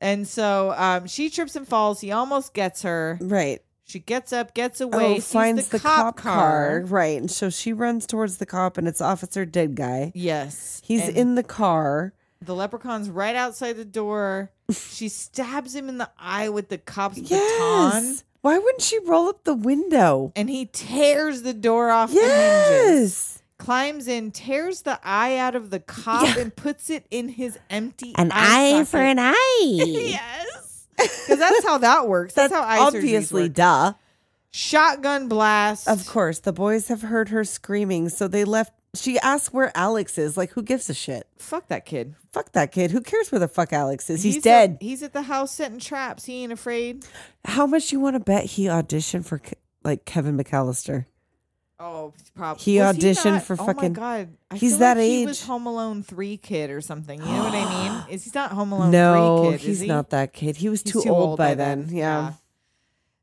Speaker 4: And so um, she trips and falls. He almost gets her.
Speaker 5: Right.
Speaker 4: She gets up, gets away,
Speaker 5: oh,
Speaker 4: sees
Speaker 5: finds
Speaker 4: the, cop, car.
Speaker 5: Right. And so she runs towards the cop, and it's Officer Dead Guy.
Speaker 4: Yes,
Speaker 5: He's
Speaker 4: And
Speaker 5: in the car.
Speaker 4: the leprechaun's right outside the door. she stabs him in the eye with the cop's baton,
Speaker 5: Yes. Why wouldn't she roll up the window?
Speaker 4: and he tears the door off the hinges.
Speaker 5: Yes.
Speaker 4: climbs in, tears the eye out of the cop, and puts it in his empty
Speaker 5: An
Speaker 4: eye,
Speaker 5: eye for an eye.
Speaker 4: yes, because that's how that works. That's, how eye
Speaker 5: obviously,
Speaker 4: surgeries work.
Speaker 5: duh.
Speaker 4: Shotgun blast.
Speaker 5: Of course, the boys have heard her screaming, so they left. She asked where Alex is. Like, who gives a shit?
Speaker 4: Fuck that kid.
Speaker 5: Fuck that kid. Who cares where the fuck Alex is? He's,
Speaker 4: at-
Speaker 5: dead.
Speaker 4: he's at the house setting traps. He ain't afraid.
Speaker 5: How much you want to bet he auditioned for Ke- like Kevin McAllister?
Speaker 4: Oh, probably.
Speaker 5: He auditioned for
Speaker 4: Oh my
Speaker 5: fucking-
Speaker 4: god, I
Speaker 5: He's
Speaker 4: feel
Speaker 5: that
Speaker 4: like He was
Speaker 5: age.
Speaker 4: Home Alone three kid or something. You know what I mean? Is he's not Home Alone
Speaker 5: no,
Speaker 4: three kid? is
Speaker 5: he's
Speaker 4: he?
Speaker 5: not that kid. He was
Speaker 4: He's
Speaker 5: too, old, by, then. Yeah.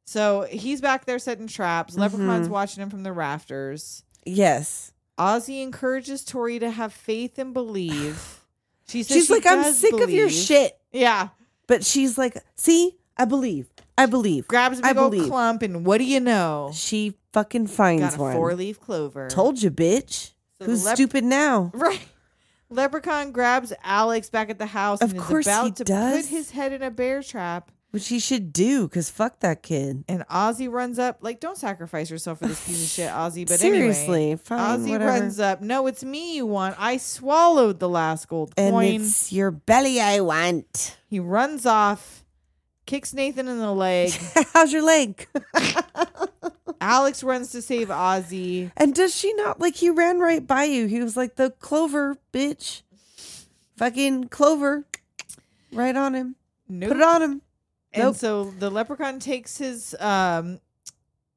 Speaker 4: So he's back there setting traps. Leprechaun's
Speaker 5: Mm-hmm.
Speaker 4: watching him from the rafters.
Speaker 5: Yes.
Speaker 4: Ozzy encourages Tori to have faith and believe. She says
Speaker 5: She's
Speaker 4: she
Speaker 5: like, I'm
Speaker 4: does
Speaker 5: sick of your
Speaker 4: believe."
Speaker 5: shit.
Speaker 4: Yeah.
Speaker 5: But she's like, see, I believe. I believe.
Speaker 4: Grabs a
Speaker 5: I
Speaker 4: big old
Speaker 5: believe.
Speaker 4: clump, and what do you know?
Speaker 5: She fucking finds
Speaker 4: Got a
Speaker 5: one.
Speaker 4: four leaf clover.
Speaker 5: Told you, bitch.
Speaker 4: So
Speaker 5: Who's
Speaker 4: lep-
Speaker 5: stupid now?
Speaker 4: Right. Leprechaun grabs Alex back at the house
Speaker 5: Of
Speaker 4: and
Speaker 5: course
Speaker 4: is
Speaker 5: he
Speaker 4: about to
Speaker 5: does.
Speaker 4: put his head in a bear trap.
Speaker 5: Which he should do, because fuck that kid.
Speaker 4: And Ozzy runs up. Like, don't sacrifice yourself for this piece of shit, Ozzy. But
Speaker 5: Seriously,
Speaker 4: anyway,
Speaker 5: fine,
Speaker 4: Ozzy
Speaker 5: whatever.
Speaker 4: runs up. No, it's me you want. I swallowed the last gold
Speaker 5: And
Speaker 4: coin.
Speaker 5: it's your belly I want.
Speaker 4: He runs off, kicks Nathan in the leg.
Speaker 5: How's your leg?
Speaker 4: Alex runs to save Ozzy.
Speaker 5: and does she not like he ran right by you? He was like the clover bitch. Fucking clover. Right on him.
Speaker 4: Nope.
Speaker 5: Put it on him.
Speaker 4: And
Speaker 5: Nope.
Speaker 4: so the leprechaun takes his um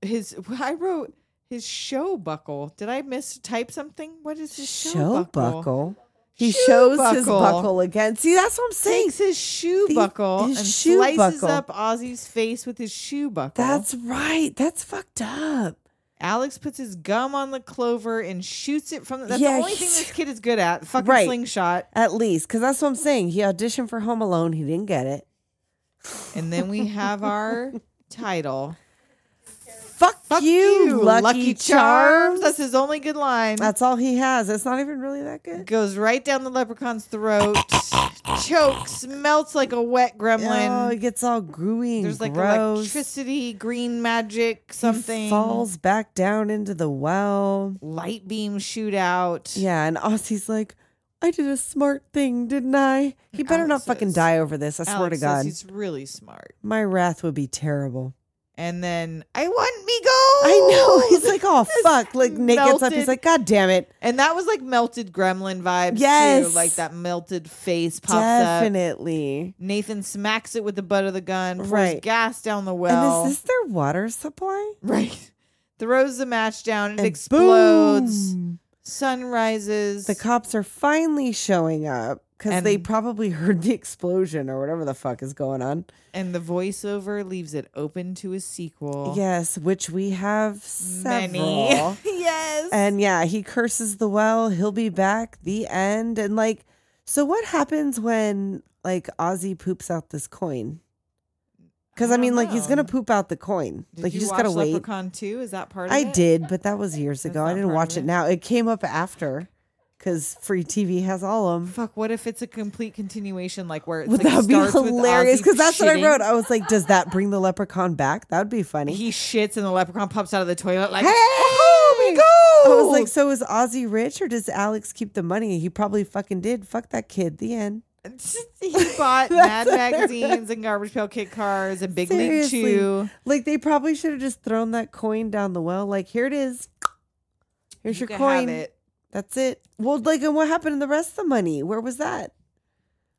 Speaker 4: his I wrote his show buckle. Did I mistype something? What is his show,
Speaker 5: Show
Speaker 4: buckle?
Speaker 5: buckle. He
Speaker 4: Shoe
Speaker 5: shows his
Speaker 4: buckle.
Speaker 5: buckle again. See, that's what I'm saying.
Speaker 4: Takes his shoe
Speaker 5: The-
Speaker 4: buckle
Speaker 5: his
Speaker 4: and
Speaker 5: shoe
Speaker 4: slices
Speaker 5: buckle.
Speaker 4: up Ozzy's face with his shoe buckle.
Speaker 5: That's right. That's fucked up.
Speaker 4: Alex puts his gum on the clover and shoots it from the. That's
Speaker 5: Yeah,
Speaker 4: the only thing this kid is good at. Fucking
Speaker 5: Right.
Speaker 4: slingshot.
Speaker 5: At least, because that's what I'm saying. He auditioned for Home Alone. He didn't get it.
Speaker 4: And then we have our title.
Speaker 5: Fuck,
Speaker 4: Fuck
Speaker 5: you, Lucky, Charms.
Speaker 4: That's his only good line.
Speaker 5: That's all he has. It's not even really that good.
Speaker 4: Goes right down the leprechaun's throat, chokes, melts like a wet
Speaker 5: Oh,
Speaker 4: gremlin.
Speaker 5: it gets all gooey and
Speaker 4: There's like
Speaker 5: gross.
Speaker 4: electricity, green magic,
Speaker 5: He
Speaker 4: something.
Speaker 5: falls back down into the well.
Speaker 4: Light beam shootout.
Speaker 5: Yeah, and Aussie's like, I did a smart thing, didn't I? He better not
Speaker 4: Alex
Speaker 5: fucking
Speaker 4: says-
Speaker 5: die over this. I swear to
Speaker 4: Alex says
Speaker 5: God.
Speaker 4: he's really smart.
Speaker 5: My wrath would be terrible.
Speaker 4: And then I want me
Speaker 5: I know.
Speaker 4: gold.
Speaker 5: He's like, oh, fuck. Like, Nate gets up. He's
Speaker 4: melted.
Speaker 5: like, God damn it.
Speaker 4: and that was like melted gremlin vibes too,
Speaker 5: Yes.
Speaker 4: like that melted face pops up.
Speaker 5: Definitely.
Speaker 4: Nathan smacks it with the butt of the gun, pours
Speaker 5: Right.
Speaker 4: gas down the well,
Speaker 5: And is this their water supply?
Speaker 4: right? Throws the match down, it
Speaker 5: And
Speaker 4: explodes.
Speaker 5: boom!
Speaker 4: Sun rises.
Speaker 5: The cops are finally showing up because
Speaker 4: And-
Speaker 5: they probably heard the explosion or whatever the fuck is going on.
Speaker 4: and the voiceover leaves it open to a sequel.
Speaker 5: Yes, which we have
Speaker 4: many.
Speaker 5: several.
Speaker 4: yes.
Speaker 5: and yeah, he curses the well. He'll be back. The end. And like, so what happens when like Ozzy poops out this coin? Because
Speaker 4: I
Speaker 5: I,
Speaker 4: don't
Speaker 5: mean, like he's gonna
Speaker 4: know.
Speaker 5: poop out the coin.
Speaker 4: did
Speaker 5: like
Speaker 4: you,
Speaker 5: you, just
Speaker 4: watch
Speaker 5: gotta wait.
Speaker 4: Leprechaun 2? Is that part of
Speaker 5: I
Speaker 4: it?
Speaker 5: did, but that was years ago. I
Speaker 4: not
Speaker 5: didn't
Speaker 4: part of
Speaker 5: watch it.
Speaker 4: it.
Speaker 5: now. It came up after because free TV has all of them.
Speaker 4: Fuck, what if it's a complete continuation, like where it's
Speaker 5: Would
Speaker 4: like,
Speaker 5: that be
Speaker 4: starts with
Speaker 5: hilarious?
Speaker 4: Ozzy
Speaker 5: Because that's what I
Speaker 4: shitting,
Speaker 5: wrote. I was like, does that bring the leprechaun back? That would be funny.
Speaker 4: He shits and the leprechaun pops out of the toilet like "Oh,
Speaker 5: hey,
Speaker 4: "Woohoo, me
Speaker 5: I was
Speaker 4: gold!"
Speaker 5: like, so is Ozzy rich or does Alex keep the money? He probably fucking did. Fuck that kid. The end.
Speaker 4: he bought Mad magazines and Garbage Pail Kid cars and Big League
Speaker 5: Seriously.
Speaker 4: Chew.
Speaker 5: Like they probably should have just thrown that coin down the well. Like here it is. Here's
Speaker 4: You
Speaker 5: your
Speaker 4: can
Speaker 5: coin.
Speaker 4: Have it.
Speaker 5: That's it. Well, like, and what happened to the rest of the money? Where was that?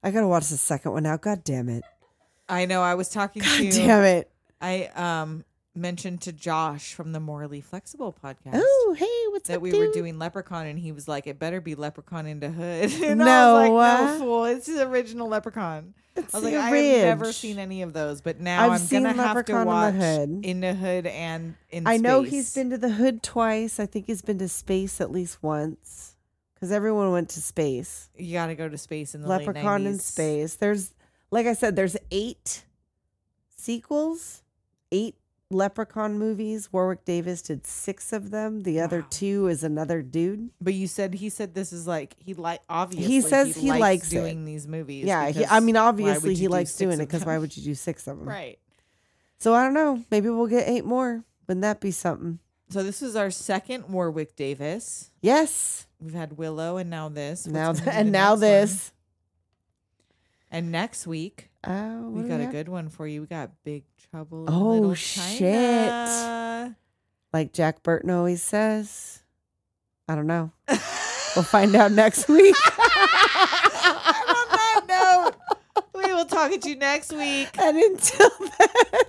Speaker 5: I gotta watch the second one now. God damn it!
Speaker 4: I know. I was talking
Speaker 5: God
Speaker 4: to.
Speaker 5: damn it!
Speaker 4: I um mentioned to Josh from the Morally Flexible podcast.
Speaker 5: Oh, hey, what's
Speaker 4: That
Speaker 5: up,
Speaker 4: we
Speaker 5: dude?
Speaker 4: were doing Leprechaun, and he was like, "It better be Leprechaun in the Hood." And
Speaker 5: No,
Speaker 4: I was like, "No,
Speaker 5: uh,
Speaker 4: fool! It's the original Leprechaun."
Speaker 5: It's
Speaker 4: I was like,
Speaker 5: the
Speaker 4: "I have never
Speaker 5: ridge.
Speaker 4: seen any of those, but now
Speaker 5: I've
Speaker 4: am
Speaker 5: seen
Speaker 4: gonna have to
Speaker 5: Leprechaun in the
Speaker 4: watch
Speaker 5: Hood.
Speaker 4: in the Hood and in."
Speaker 5: I know
Speaker 4: Space.
Speaker 5: he's been to the hood twice. I think he's been to space at least once because everyone went to space.
Speaker 4: You got to go to space in the late
Speaker 5: Leprechaun in
Speaker 4: 90s.
Speaker 5: space. There's, like I said, there's eight sequels, eight Leprechaun movies. Warwick Davis did six of them. The other
Speaker 4: Wow.
Speaker 5: two is another dude.
Speaker 4: But you said he said this is like he like obviously
Speaker 5: says he likes it.
Speaker 4: doing these movies.
Speaker 5: yeah, he,
Speaker 4: because
Speaker 5: I mean,
Speaker 4: why would
Speaker 5: obviously
Speaker 4: you
Speaker 5: he
Speaker 4: do
Speaker 5: likes
Speaker 4: six
Speaker 5: doing it
Speaker 4: of
Speaker 5: because
Speaker 4: them?
Speaker 5: why would you do six of them?
Speaker 4: Right.
Speaker 5: So I don't know. Maybe we'll get eight more. Wouldn't that be something?
Speaker 4: So this is our second Warwick Davis.
Speaker 5: Yes.
Speaker 4: We've had Willow and now this. What's
Speaker 5: now
Speaker 4: gonna
Speaker 5: th-
Speaker 4: be the
Speaker 5: and now
Speaker 4: next one?
Speaker 5: this.
Speaker 4: And next week
Speaker 5: Oh,
Speaker 4: we got a good one for you. We got Big Trouble. in
Speaker 5: Oh,
Speaker 4: Little
Speaker 5: shit.
Speaker 4: China.
Speaker 5: like Jack Burton always says. I don't know. We'll find out next week.
Speaker 4: And on that note, we will talk at you next week.
Speaker 5: and until then.